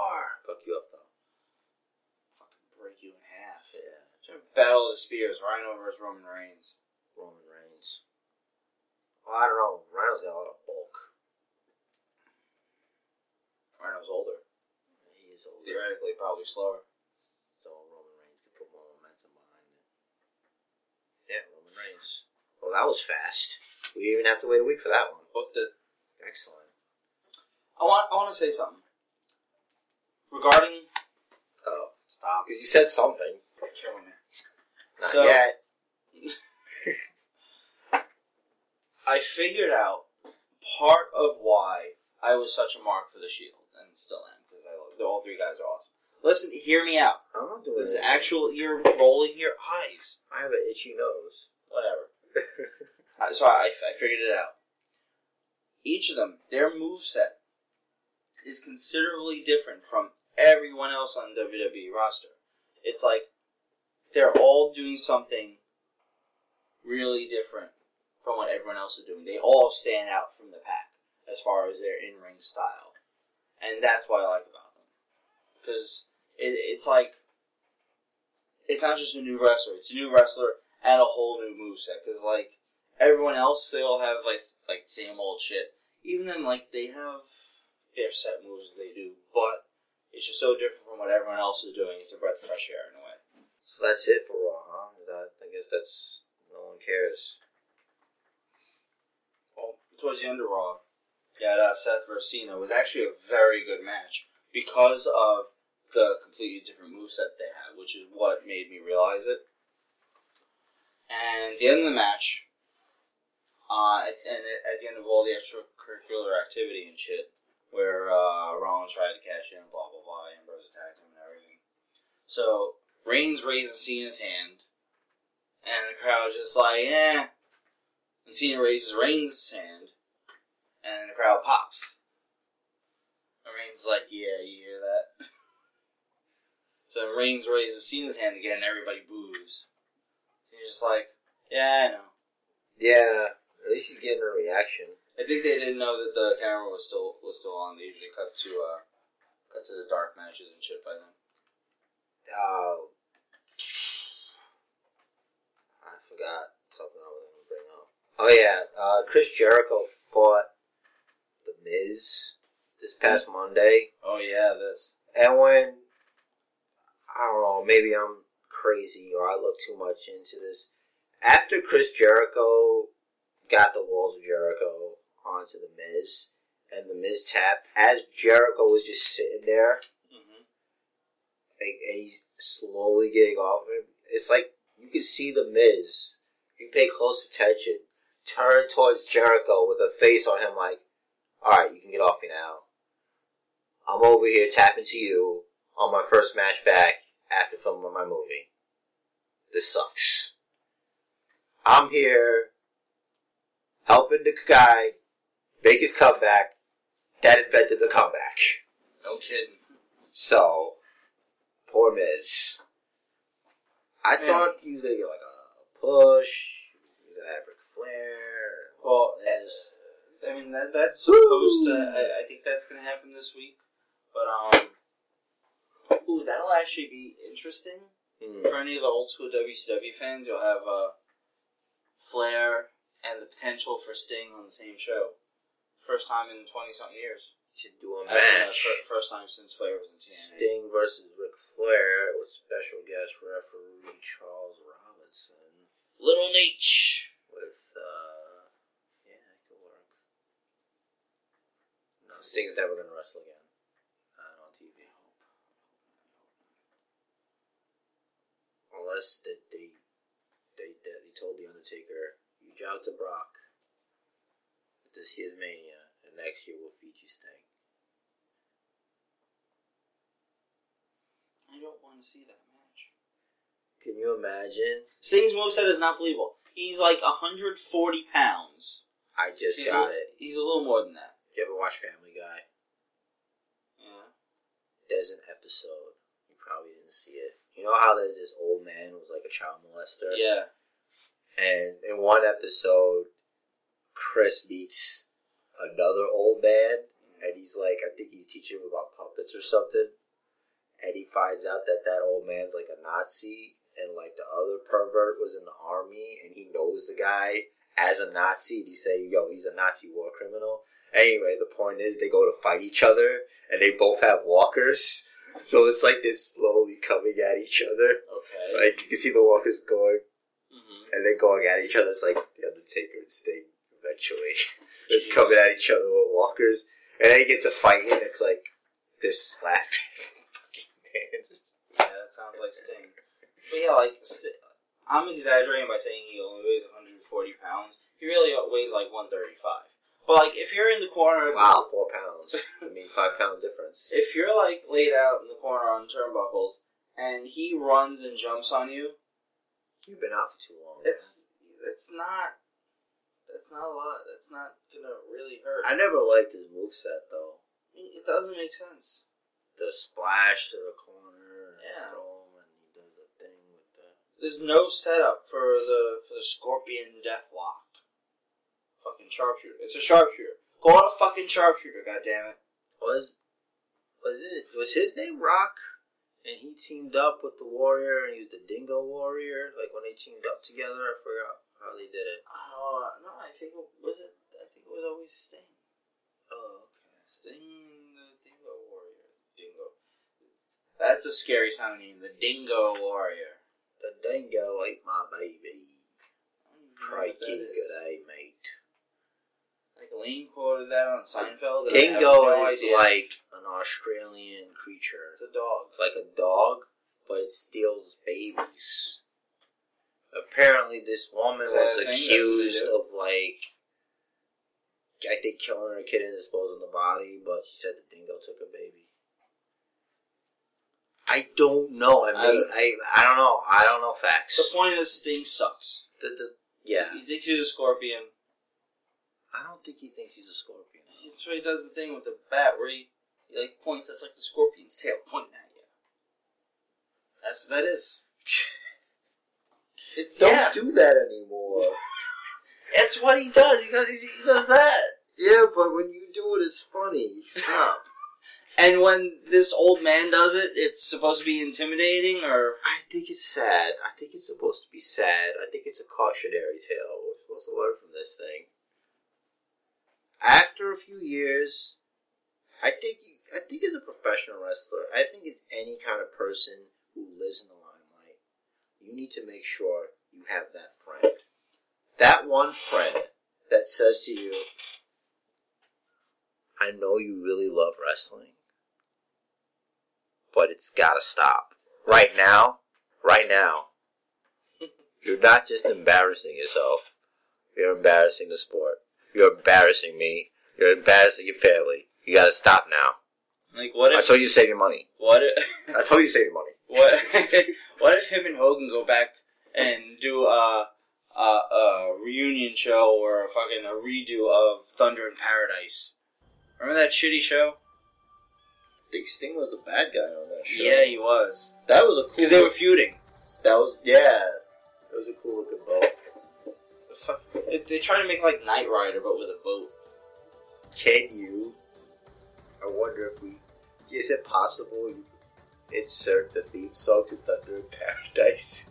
B: Fuck you up though.
A: Fucking break you in half.
B: Yeah.
A: Battle of the Spears, Rhino versus Roman Reigns.
B: Roman Reigns. Well, Oh, I don't know. Rhino's got a lot of bulk.
A: Rhino's older.
B: He is older,
A: Theoretically, probably slower.
B: so Roman Reigns can put more momentum behind it. Yeah, Roman Reigns. Well, that was fast. We didn't even have to wait a week for that one.
A: Booked it.
B: Excellent.
A: I want. I want to say something regarding.
B: Oh,
A: Stop.
B: because you said something.
A: You're killing me.
B: Not
A: So-
B: yet.
A: I figured out part of why I was such a mark for the Shield, and still am because I love. All three guys are awesome. Listen, hear me out.
B: I'm not doing
A: This is
B: anything.
A: actual. You're rolling your eyes.
B: I have an itchy nose.
A: Whatever. I- so I, I figured it out. Each of them, their moveset is considerably different from everyone else on WWE roster. It's like they're all doing something really different from what everyone else is doing. They all stand out from the pack as far as their in ring style, and that's what I like about them because it, it's like it's not just a new wrestler; it's a new wrestler and a whole new moveset. Because like everyone else, they all have like s- like same old shit. Even then, like they have their set moves they do, but it's just so different from what everyone else is doing. It's a breath of fresh air in a way.
B: [laughs] So that's it for Raw, huh? Is that- I guess that's no one cares.
A: well, Oh, towards the end of Raw, you had uh, Seth versus Cena. It was actually a very good match because of the completely different moveset they had, which is what made me realize it. And at the end of the match, uh, at- and at at the end of all the extracurricular activity and shit, where uh, Rollins tried to cash in, blah blah blah, Ambrose attacked him and everything. So Reigns raises Cena's hand, and the crowd's just like, eh, and Cena raises Reigns' hand, and the crowd pops. And Reigns is like, yeah, you hear that? [laughs] so Reigns raises Cena's hand again, and everybody boos. He's just like, yeah, I know.
B: Yeah, at least he's getting a reaction.
A: I think they didn't know that the camera was still was still on. They usually cut to uh, cut to the dark matches and shit by then.
B: Uh, I forgot something I was going to bring up. Oh yeah, uh, Chris Jericho fought the Miz this past Monday,
A: Oh yeah, this.
B: and when I don't know, maybe I'm crazy or I look too much into this. After Chris Jericho got the walls of Jericho onto the Miz, and the Miz tapped, as Jericho was just sitting there
A: Mm-hmm.
B: like, and he's slowly getting off of him. It's like you can see the Miz. If you pay close attention, turn towards Jericho with a face on him like, Alright, you can get off me now. I'm over here tapping to you on my first match back after filming my movie. This sucks. I'm here helping the guy make his comeback that invented the comeback. [laughs]
A: No kidding.
B: So, poor Miz. I
A: Yeah.
B: thought he was gonna get like a push. He was gonna have Ric Flair.
A: Well,
B: as
A: I mean that that's supposed to. I, I think that's going to happen this week. But um, ooh, that'll actually be interesting
B: Hmm.
A: for any of the old school WCW fans. You'll have uh, Flair and the potential for Sting on the same show. First time in twenty something years.
B: should do a
A: Actually, no,
B: match.
A: fir- first time since Flair was in TNA.
B: Sting versus Ric Flair with special guest referee Charles Robinson
A: Little Nate.
B: with uh, yeah, it could work. No, Sting's never gonna wrestle again. Not on TV. unless they they they, they, they told the Undertaker, you job to Brock at this year's Mania, and next year we'll feed you Sting.
A: I don't want to see that match.
B: Can you imagine?
A: Sting's moveset is not believable. He's like hundred forty pounds.
B: I just
A: He's
B: got
A: a,
B: it.
A: He's a little more than that.
B: You ever watch Family Guy?
A: Yeah.
B: There's an episode you probably didn't see it. You know how there's this old man who's like a child molester,
A: Yeah.
B: and in one episode, Chris meets another old man and he's like, I think he's teaching him about puppets or something. And he finds out that that old man's like a Nazi, and like the other pervert was in the army, and he knows the guy as a Nazi. And he say, "Yo, he's a Nazi war criminal." Anyway, the point is they go to fight each other, and they both have walkers. So it's like they're slowly coming at each other.
A: Okay.
B: Like you can see the walkers going,
A: hmm
B: and they're going at each other. It's like the Undertaker and Sting eventually. [laughs] It's coming at each other with walkers. And then you get to fighting, and it's like this slap. [laughs]
A: Yeah, that sounds like Sting. But yeah, like St- I'm exaggerating by saying he only weighs 140 pounds. He really weighs like 135. But like if you're in the corner,
B: wow, four pounds. I mean, five pound difference.
A: [laughs] if you're like laid out in the corner on turnbuckles and he runs and jumps on you,
B: You've been out for too long.
A: it's it's not. That's not a lot. That's not gonna really hurt.
B: I never liked his moveset though.
A: It doesn't make sense.
B: the splash to the corner.
A: Yeah.
B: And throw 'em and he does the thing with the.
A: There's no setup for the for the Scorpion Deathlock. Fucking sharpshooter. It's a sharpshooter. Go on a fucking sharpshooter, goddammit.
B: Was was it was his name Rock? And he teamed up with the Warrior, and he was the Dingo Warrior. Like when they teamed up together, I forgot how they did it.
A: Uh, no, I think it was it. I think it was always Sting.
B: Oh, okay.
A: Sting the Dingo Warrior. Dingo. That's a scary sounding name. The Dingo Warrior.
B: The Dingo ate my baby.
A: I don't even know what
B: Crikey,
A: that is.
B: good day, mate.
A: Like Elaine quoted that on Seinfeld. and I have
B: Dingo
A: no
B: is
A: idea.
B: like an Australian creature.
A: it's a dog.
B: like a dog, but it steals babies. Apparently, this woman
A: Is that a
B: was
A: thing? That's
B: accused
A: what they
B: of like, I think killing her kid and disposing the body, but she said the dingo took a baby. I don't know. I
A: I
B: mean,
A: don't-
B: I I don't know. I don't know facts.
A: The point is, Sting sucks.
B: The- the- yeah,
A: He thinks he's a scorpion.
B: I don't think he thinks he's a scorpion.
A: That's why he does the thing with the bat where he, he like points. That's like the scorpion's tail pointing at you. That's what that is. it's yeah.
B: do that anymore.
A: That's what he does. He does, he does that.
B: [laughs] yeah, but when you do it, it's funny. Stop.
A: And when this old man does it, it's supposed to be intimidating, or
B: I think it's sad. I think it's supposed to be sad. I think it's a cautionary tale. We're supposed to learn from this thing. After a few years, I think I think as a professional wrestler, I think as any kind of person who lives in the limelight, you need to make sure you have that friend. That one friend that says to you, I know you really love wrestling, but it's gotta stop. Right now,
A: [laughs]
B: right now, you're not just embarrassing yourself, you're embarrassing the sport. You're embarrassing me. You're embarrassing your family. You gotta stop now.
A: like what
B: I
A: if
B: told you to save your money.
A: what if [laughs]
B: I told you to save your money.
A: what [laughs] what if him and Hogan go back and do a a, a reunion show or a fucking a redo of Thunder in Paradise? Remember that shitty show?
B: Big Sting was the bad guy on that show.
A: Yeah, he was
B: that was a cool.
A: because they were feuding.
B: that was yeah. That was a cool looking boat.
A: The fuck- They, they try to make like Knight Rider but with a boat.
B: Can you? I wonder if we. Is it possible you could insert the theme song to Thunder in Paradise?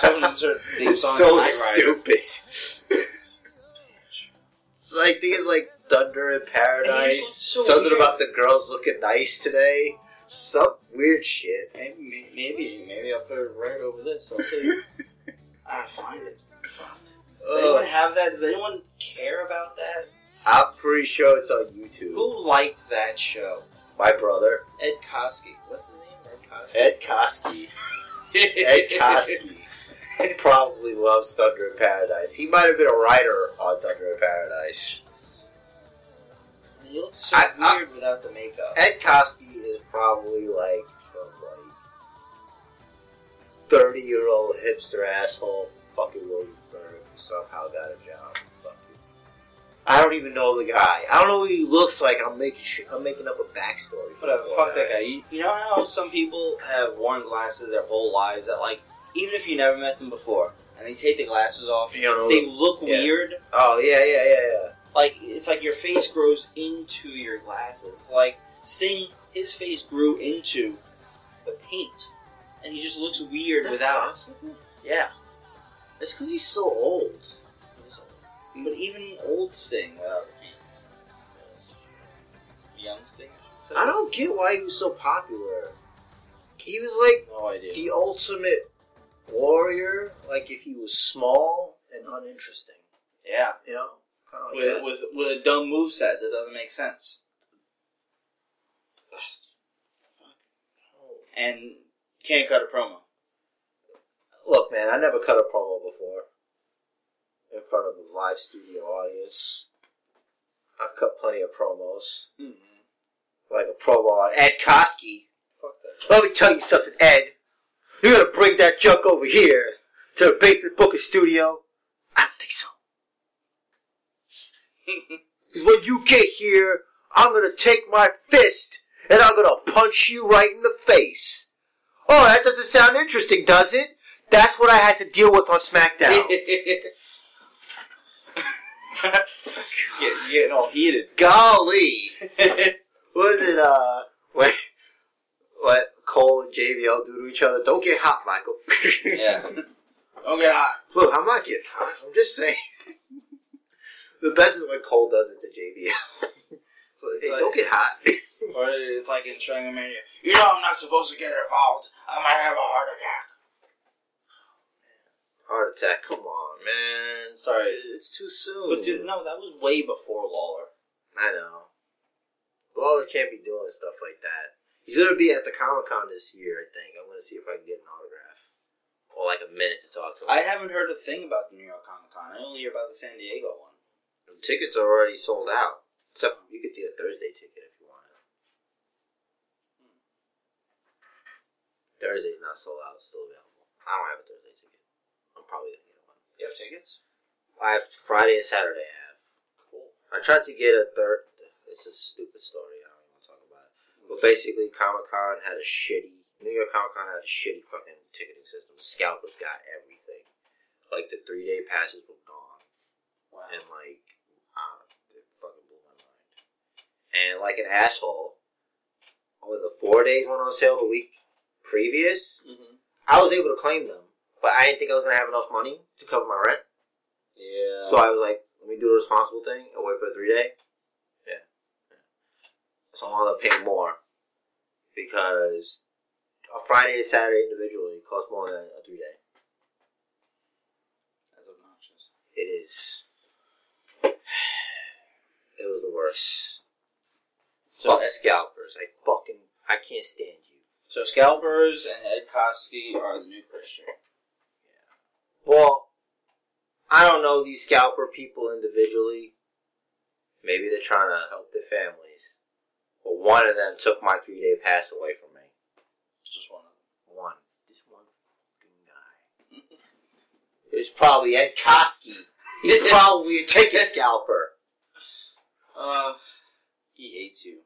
A: Someone insert the
B: [laughs] it's
A: song Knight
B: so
A: Rider.
B: stupid.
A: [laughs]
B: it's like things like Thunder in
A: And he
B: Paradise.
A: just looked so
B: Something
A: weird.
B: about the girls looking nice today. Some weird shit.
A: Maybe, maybe, maybe I'll put it right over this. I'll
B: [laughs]
A: see. I find it. Fuck. Does anyone
B: Ugh.
A: have that? Does anyone care about that?
B: I'm pretty sure it's on YouTube.
A: Who liked that show?
B: My brother,
A: Ed Koski. What's his name? Ed Koski.
B: Ed Koski.
A: [laughs]
B: [laughs] Ed Koski probably loves Thunder in Paradise. He might have been a writer on Thunder in Paradise.
A: You look so
B: I- I-
A: weird without the makeup.
B: Ed Koski is probably like some like thirty year old hipster asshole from fucking Williamsburg who somehow got a job. Fucking, I don't even know the guy. I don't know what he looks like. I'm making sh- I'm making up a backstory. for
A: Whatever.
B: the
A: Fuck that guy. You, you know how some people have worn glasses their whole lives that like, even if you never met them before, and they take the glasses off,
B: You know,
A: they look
B: Yeah.
A: weird.
B: oh yeah, yeah, yeah, yeah.
A: Like it's like your face grows into your glasses. Like Sting, his face grew into the paint, and he just looks weird without. it.
B: possible?
A: Yeah.
B: It's because he's so old.
A: But even old Sting without the paint. Young Sting. should say.
B: I don't get why he was so popular. He was like
A: No idea.
B: the ultimate warrior, like if he was small and uninteresting,
A: yeah.
B: you know, kind of like
A: With,
B: that.
A: with with a dumb moveset that doesn't make sense.
B: Oh.
A: And can't cut a promo.
B: Look, man, I never cut a promo before in front of a live studio audience. I've cut plenty of promos,
A: Mm-hmm.
B: like a promo on Ed Koski.
A: Fuck that.
B: Let me tell you something, Ed. You're gonna bring that junk over here to the basement booking studio? I don't think so. Because when you get here, I'm gonna take my fist and I'm gonna punch you right in the face. Oh, that doesn't sound interesting, does it? That's what I had to deal with
A: [laughs]
B: on SmackDown.
A: Get, getting all heated.
B: [laughs] Golly, was it uh, when what Cole and JBL do to each other? Don't get hot, Michael.
A: [laughs] yeah. Don't get hot.
B: [laughs] Look, I'm not getting hot. I'm just saying. the best is when Cole does it to JBL.
A: It's, it's
B: Hey,
A: like,
B: don't get hot.
A: Or it's like in Strangomania. You know I'm not supposed to get involved. I might have a heart attack.
B: Heart attack. Come on, man.
A: Sorry.
B: It's too soon.
A: But dude, no, that was way before Lawler.
B: I know. Lawler can't be doing stuff like that. He's gonna be at the Comic Con this year, I think. I'm gonna see if I can get an autograph or like a minute to talk to him.
A: I haven't heard a thing about the New York Comic Con. I only hear about the San Diego one.
B: The tickets are already sold out. Except you could get a Thursday ticket if you wanted. Thursday's not sold out; it's still available. I don't have a Thursday ticket. I'm probably gonna get one.
A: You have tickets?
B: I have Friday and Saturday. I have.
A: Cool.
B: I tried to get a third. It's a stupid story. I don't want to talk about it. But basically, Comic Con had a shitty. New York Comic Con had a shitty fucking ticketing system. Scalpers got everything. Like the three day passes were gone,
A: Wow.
B: and like, uh, it fucking blew my mind. And like an asshole, when the four days went on sale the week previous,
A: Mm-hmm.
B: I was able to claim them, but I didn't think I was gonna have enough money to cover my rent.
A: Yeah.
B: So I was like, let me do the responsible thing and wait for a three day. Yeah. So I'm gonna pay more because a Friday and Saturday individually cost more than a three day.
A: That's obnoxious.
B: It is. [sighs] It was the worst.
A: So,
B: Fuck scalpers. I fucking I can't stand you.
A: so Scalpers and Ed Koski are the new Christian.
B: Well, I don't know these scalper people individually. Maybe they're trying to help their families. But one of them took my three day pass away from me.
A: It's just one of them.
B: one. This one fucking guy. It was probably Ed Koski. [laughs] He's probably a ticket scalper.
A: Uh, he hates you.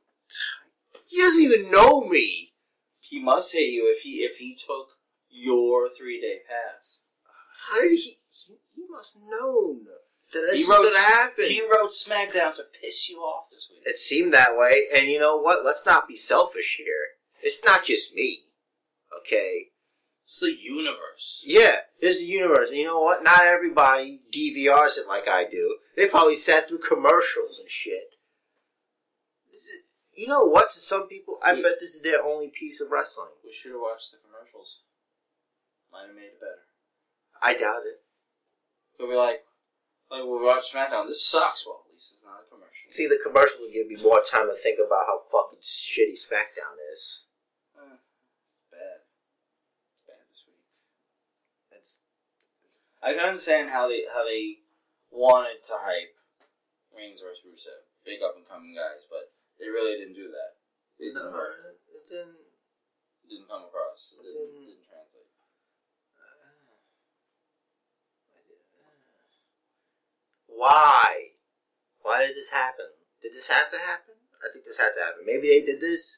B: He doesn't even know me.
A: He must hate you if he if he took your three day pass.
B: How did he? He, he must known that
A: He
B: this
A: wrote-
B: was gonna happen.
A: He wrote SmackDown to piss you off this week.
B: it seemed that way, and you know what? Let's not be selfish here. It's not just me. Okay.
A: It's the universe.
B: Yeah, this is the universe. And you know what? Not everybody DVRs it like I do. They probably sat through commercials and shit. You know what? To some people, I bet this is their only piece of wrestling.
A: We should have watched the commercials. Might have made it better.
B: I doubt it.
A: Could be like, like we watched SmackDown. This sucks. Well, at least it's not a commercial.
B: See, the commercials will give me more time to think about how fucking shitty SmackDown is.
A: Eh, bad. It's bad this week.
B: It's,
A: I can understand how they how they wanted to hype Reigns versus Rusev, big up and coming guys, but they really didn't do that. It didn't
B: no,
A: work.
B: it didn't.
A: It didn't come across. It
B: Didn't-
A: didn't, didn't translate.
B: Why? Why did this happen? Did this have to happen? I think this had to happen. Maybe they did this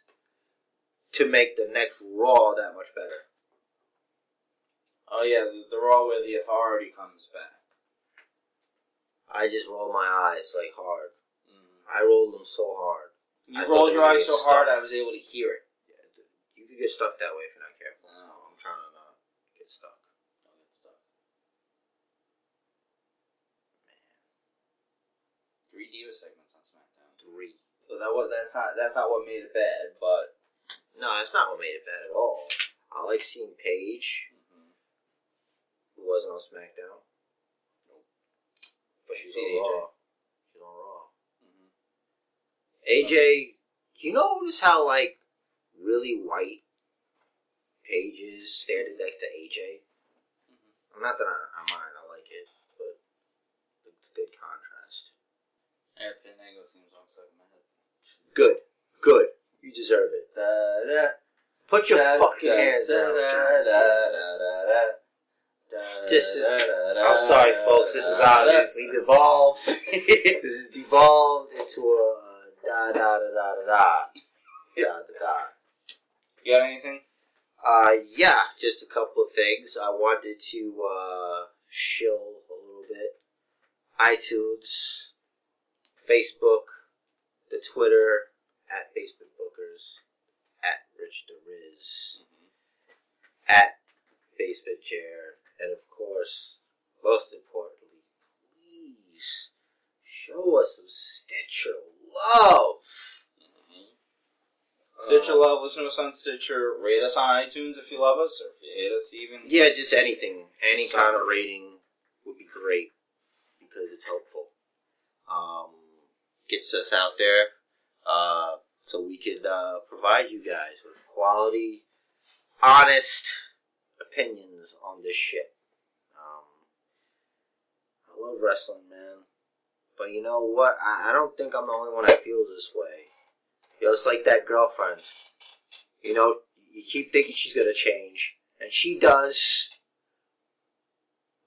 B: to make the next Raw that much better.
A: Oh yeah, the, the Raw where the Authority comes back.
B: I just rolled my eyes like hard.
A: Mm.
B: I rolled them so hard.
A: You
B: I thought
A: rolled
B: they
A: your
B: were
A: eyes so
B: gonna get
A: hard,
B: stuck.
A: I was able to hear it.
B: You could get stuck that way if you're not careful.
A: Oh,
B: I'm trying to not get stuck.
A: Don't get stuck. Three Diva segments on SmackDown.
B: Three.
A: So that was that's not that's not what made it bad, but
B: No, that's not what made it bad at all. I like seeing Paige,
A: Mm-hmm.
B: who wasn't on SmackDown.
A: Nope.
B: But she's
A: See
B: on
A: AJ.
B: Raw. She's on Raw.
A: Mhm.
B: AJ, you notice how like really white Paige is standing next to AJ?
A: Mm-hmm.
B: Not that I, I mind, I like it, but it's good contrast.
A: I had Fandango theme song stuck in my head.
B: Good, good. You deserve it.
A: Da, da,
B: Put your
A: da,
B: fucking
A: da,
B: hands
A: da,
B: down.
A: da, da,
B: God damn it.
A: da, da, da. Da,
B: This is-
A: da, da, da,
B: I'm sorry,
A: da,
B: folks. This
A: da,
B: is
A: da.
B: obviously [laughs] devolved. this is devolved into a uh, da da da da da da. da, da, da.
A: You got anything?
B: Uh, yeah, just a couple of things. I wanted to uh, shill a little bit. iTunes, Facebook, the Twitter at Basement Bookers, at Rich the Riz, at Basement Chair, and of course, most importantly, please show us some Stitcher love. Uh,
A: Stitcher Love, listen to us on Stitcher, rate us on iTunes if you love us, or if you hate us even.
B: Yeah, just anything. Any
A: So-
B: kind of rating would be great because it's helpful. Um, gets us out there uh, so we could uh, provide you guys with quality, honest opinions on this shit. Um, I love wrestling, man. But you know what? I, I don't think I'm the only one that feels this way. Yo, it's like that girlfriend. You know, you keep thinking she's gonna change, and she does.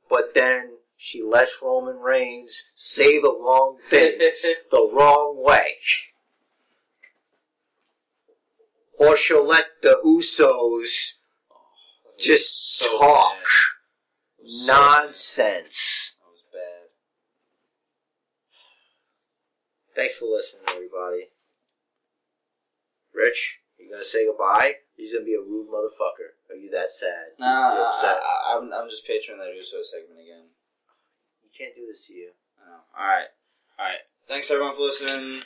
B: But then she lets Roman Reigns say the wrong things the wrong way. Or she'll let the Usos just
A: So
B: talk
A: bad. So
B: nonsense.
A: bad. That was bad.
B: Thanks for listening, everybody. Rich, you gonna say goodbye? He's gonna be a rude motherfucker. Are you that sad?
A: Nah,
B: you upset?
A: I, I, I'm, I'm just patron that Uso segment again.
B: you can't do this to you.
A: Alright. Alright. Thanks everyone for listening,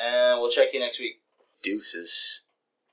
A: and we'll check you next week.
B: Deuces.